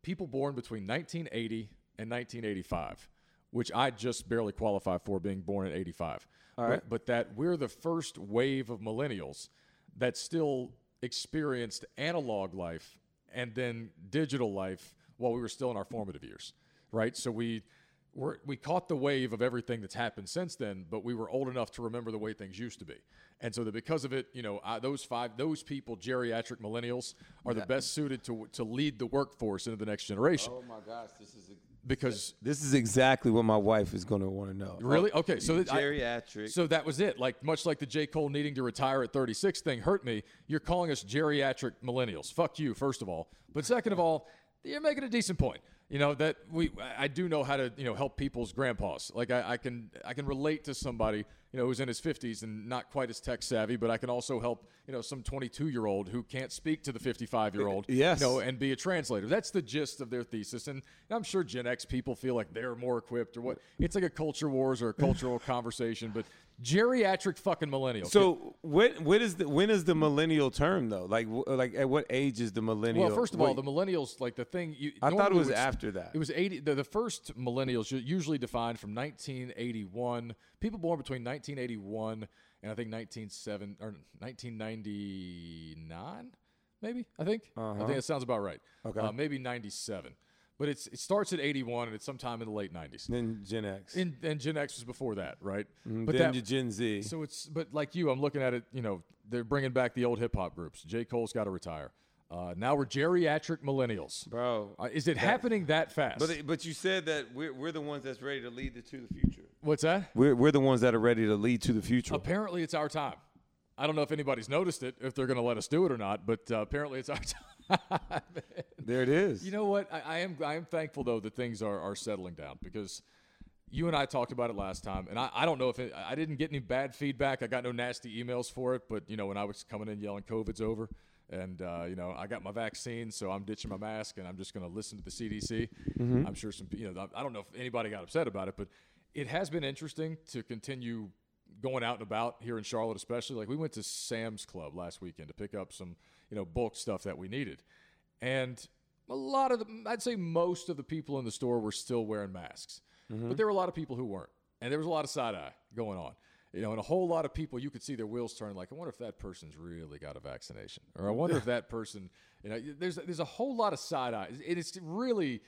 Speaker 1: people born between 1980 and 1985, which I just barely qualify for being born in 85. All
Speaker 2: right.
Speaker 1: But, but that we're the first wave of millennials that still experienced analog life and then digital life while we were still in our formative years, right? So we we're, we caught the wave of everything that's happened since then, but we were old enough to remember the way things used to be, and so that because of it, you know, I, those five, those people, geriatric millennials, are the best suited to to lead the workforce into the next generation.
Speaker 2: Oh my gosh, this is
Speaker 1: Because
Speaker 2: this is exactly what my wife is going to want to know.
Speaker 1: really, okay, so that I-
Speaker 2: Geriatric.
Speaker 1: so that was it. Like much like the J Cole needing to retire at 36 thing hurt me. You're calling us geriatric millennials. Fuck you, first of all, but second of all, you're making a decent point. You know that we I- I do know how to you know help people's grandpas. Like I, I can I can relate to somebody you know who's in his 50s and not quite as tech savvy, but I can also help you know some 22 year old who can't speak to the 55 year old.
Speaker 2: Yes.
Speaker 1: You know, and be a translator. That's the gist of their thesis. And I'm sure Gen X people feel like they're more equipped or what. It's like a culture wars or a cultural conversation, but Geriatric fucking millennial.
Speaker 2: So when when is the when is the millennial term though? Like wh- like at what age is the millennial?
Speaker 1: well, first of all,
Speaker 2: Wait,
Speaker 1: the millennials like the thing. You,
Speaker 2: I thought it
Speaker 1: normally
Speaker 2: was
Speaker 1: would-
Speaker 2: after that.
Speaker 1: It was 80. The, the first millennials u- usually defined from 1981. People born between 1981 and I think 1970 or 1999, maybe. I think.
Speaker 2: Uh-huh.
Speaker 1: I think that sounds about right. Okay. Uh, maybe 97. But it's it starts at 81 and it's sometime in the late 90s.
Speaker 2: then Gen X.
Speaker 1: And, and Gen X was before that, right?
Speaker 2: but
Speaker 1: But
Speaker 2: Mm-hmm. then
Speaker 1: that,
Speaker 2: your Gen Z.
Speaker 1: so it's but like you, I'm looking at it. You know, they're bringing back the old hip hop groups. J. Cole's got to retire. Uh, now we're geriatric millennials.
Speaker 2: Bro.
Speaker 1: Uh, is it happening that fast?
Speaker 2: but it- but you said that we're we're the ones that's ready to lead the, to the future.
Speaker 1: What's that?
Speaker 2: We're we're the ones that are ready to lead to the future.
Speaker 1: Apparently, it's our time. I don't know if anybody's noticed it, if they're going to let us do it or not, but uh, apparently it's our time.
Speaker 2: There it is.
Speaker 1: you know what? I, I am I am thankful though that things are are settling down because you and I talked about it last time, and I, I don't know if it, I didn't get any bad feedback. I got no nasty emails for it, but you know when I was coming in yelling COVID's over, and uh, you know I got my vaccine, so I'm ditching my mask and I'm just going to listen to the CDC. I'm sure some you know I I don't know if anybody got upset about it, but it has been interesting to continue going out and about here in Charlotte, especially. Like we went to Sam's Club last weekend to pick up some you know bulk stuff that we needed, and a lot of the, I'd say most of the people in the store were still wearing masks, but there were a lot of people who weren't, and there was a lot of side eye going on. You know, and a whole lot of people, you could see their wheels turning. Like, I wonder if that person's really got a vaccination, or I wonder if that person, you know, there's there's a whole lot of side eye, and it's really,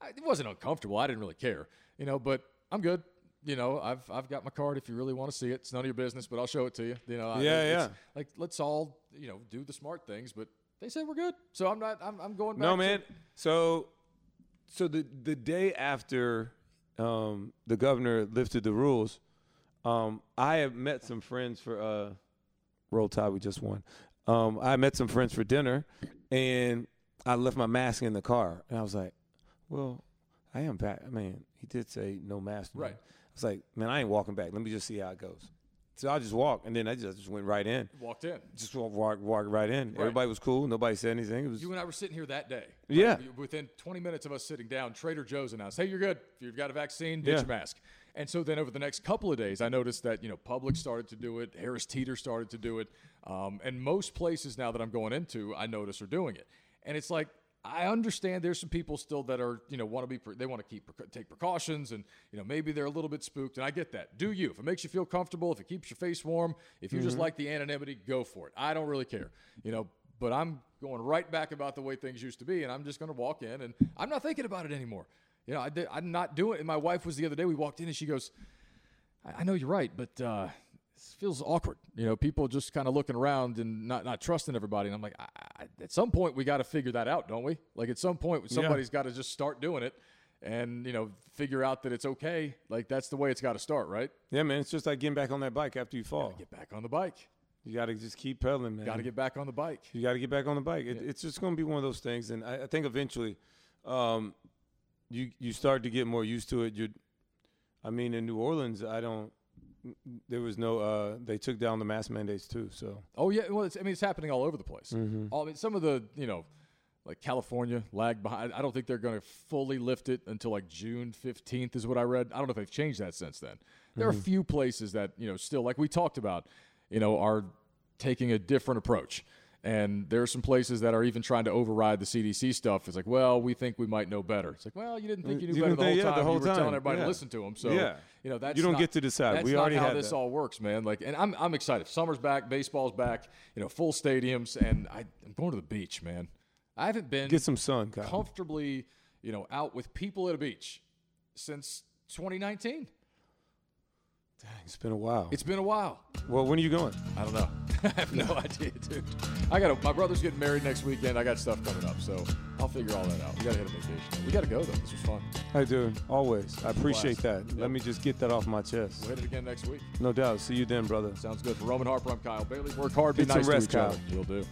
Speaker 1: I- it wasn't uncomfortable. I didn't really care, you know, but I'm good. You know, I've I've got my card. If you really want to see it, it's none of your business, but I'll show it to you. You know, I-
Speaker 2: Yeah,
Speaker 1: it's-
Speaker 2: yeah.
Speaker 1: Like, let's all you know do the smart things, but they said we're good, so I'm not. I'm, I'm going. Back
Speaker 2: No
Speaker 1: to-
Speaker 2: man. So so the the day after um, the governor lifted the rules, um, I have met some friends for uh, roll tide. We just won. Um, I met some friends for dinner, and I left my mask in the car, and I was like, "Well, I am back." I mean, he did say no mask. man.
Speaker 1: Right.
Speaker 2: I was like, "Man, I ain't walking back. Let me just see how it goes." So I just walked, and then I just, just went right in.
Speaker 1: walked in.
Speaker 2: Just wa- walk, walk right in. Everybody was cool. Nobody said anything. It was
Speaker 1: You and I were sitting here that day. right?
Speaker 2: Yeah.
Speaker 1: We- Within 20 minutes of us sitting down, Trader Joe's announced, "Hey, you're good. If you've got a vaccine, ditch
Speaker 2: Yeah.
Speaker 1: your mask." And so then over the next couple of days, I noticed that you know Public started to do it, Harris Teeter started to do it, um, and most places now that I'm going into, I notice are doing it. And it's like I understand there's some people still that are you know want to be pre- they want to keep precau- take precautions and you know maybe they're a little bit spooked and I get that. Do you? If it makes you feel comfortable, if it keeps your face warm, if you
Speaker 2: Mm-hmm.
Speaker 1: just like the anonymity, go for it. I don't really care. You know, but I'm going right back about the way things used to be, and I'm just going to walk in, and I'm not thinking about it anymore. You know, I did, I'm not doing it. And my wife was the other day. We walked in, and she goes, "I, I know you're right, but uh, this feels awkward. You know, people just kind of looking around and not not trusting everybody." And I'm like, I, I, "At some point, we got to figure that out, don't we? Like, at some point, somebody's got to just start doing it." And you know, figure out that it's okay. Like that's the way it's got to start, right?
Speaker 2: Yeah, man, it's just like getting back on that bike after you fall.
Speaker 1: Get back on the bike.
Speaker 2: You got to just keep pedaling, man.
Speaker 1: Got to get back on the bike.
Speaker 2: you got to get back on the bike. It, It's just going to be one of those things, and I, I think eventually, um, you you start to get more used to it. You, I mean, in New Orleans, I don't. There was no. Uh, they took down the mask mandates too. So
Speaker 1: Oh yeah, well, it's, I mean, it's happening all over the place.
Speaker 2: Mm-hmm.
Speaker 1: All- I mean, some of the you know, like California lag behind. I don't think they're going to fully lift it until like June fifteenth is what I read. I don't know if they've changed that since then. There
Speaker 2: Mm-hmm.
Speaker 1: are a few places that you know still, like we talked about, you know, are taking a different approach. And there are some places that are even trying to override the CDC stuff. It's like, well, we think we might know better. It's like, well, you didn't think you knew
Speaker 2: Uh, You
Speaker 1: better
Speaker 2: didn't
Speaker 1: the whole,
Speaker 2: think- yeah,
Speaker 1: time.
Speaker 2: the whole
Speaker 1: You were telling
Speaker 2: time.
Speaker 1: everybody to
Speaker 2: Yeah.
Speaker 1: listen to them. So,
Speaker 2: Yeah.
Speaker 1: you know, that's
Speaker 2: You don't
Speaker 1: not-
Speaker 2: get to decide.
Speaker 1: That's
Speaker 2: We
Speaker 1: not
Speaker 2: already
Speaker 1: how
Speaker 2: had
Speaker 1: this
Speaker 2: that.
Speaker 1: all works, man. Like, and I'm I'm excited. Summer's back, baseball's back, you know, full stadiums, and I, I'm going to the beach, man. I haven't been
Speaker 2: get some sun, Kyle.
Speaker 1: comfortably, you know, out with people at a beach since 2019.
Speaker 2: Dang, it's been a while.
Speaker 1: It's been a while.
Speaker 2: well, when are you going?
Speaker 1: I don't know. I have no idea, dude. I got to my brother's getting married next weekend. I got stuff coming up, so I'll figure all that out. We gotta hit a vacation. We gotta go though. This was fun.
Speaker 2: I do always. I appreciate
Speaker 1: Blast.
Speaker 2: that.
Speaker 1: Yep.
Speaker 2: Let me just get that off my chest.
Speaker 1: We'll hit it again next week.
Speaker 2: No doubt. See you then, brother.
Speaker 1: Sounds good. For Roman Harper, I'm Kyle Bailey. Work hard, be
Speaker 2: Get some
Speaker 1: nice to
Speaker 2: rest,
Speaker 1: each other.
Speaker 2: Kyle.
Speaker 1: You'll do.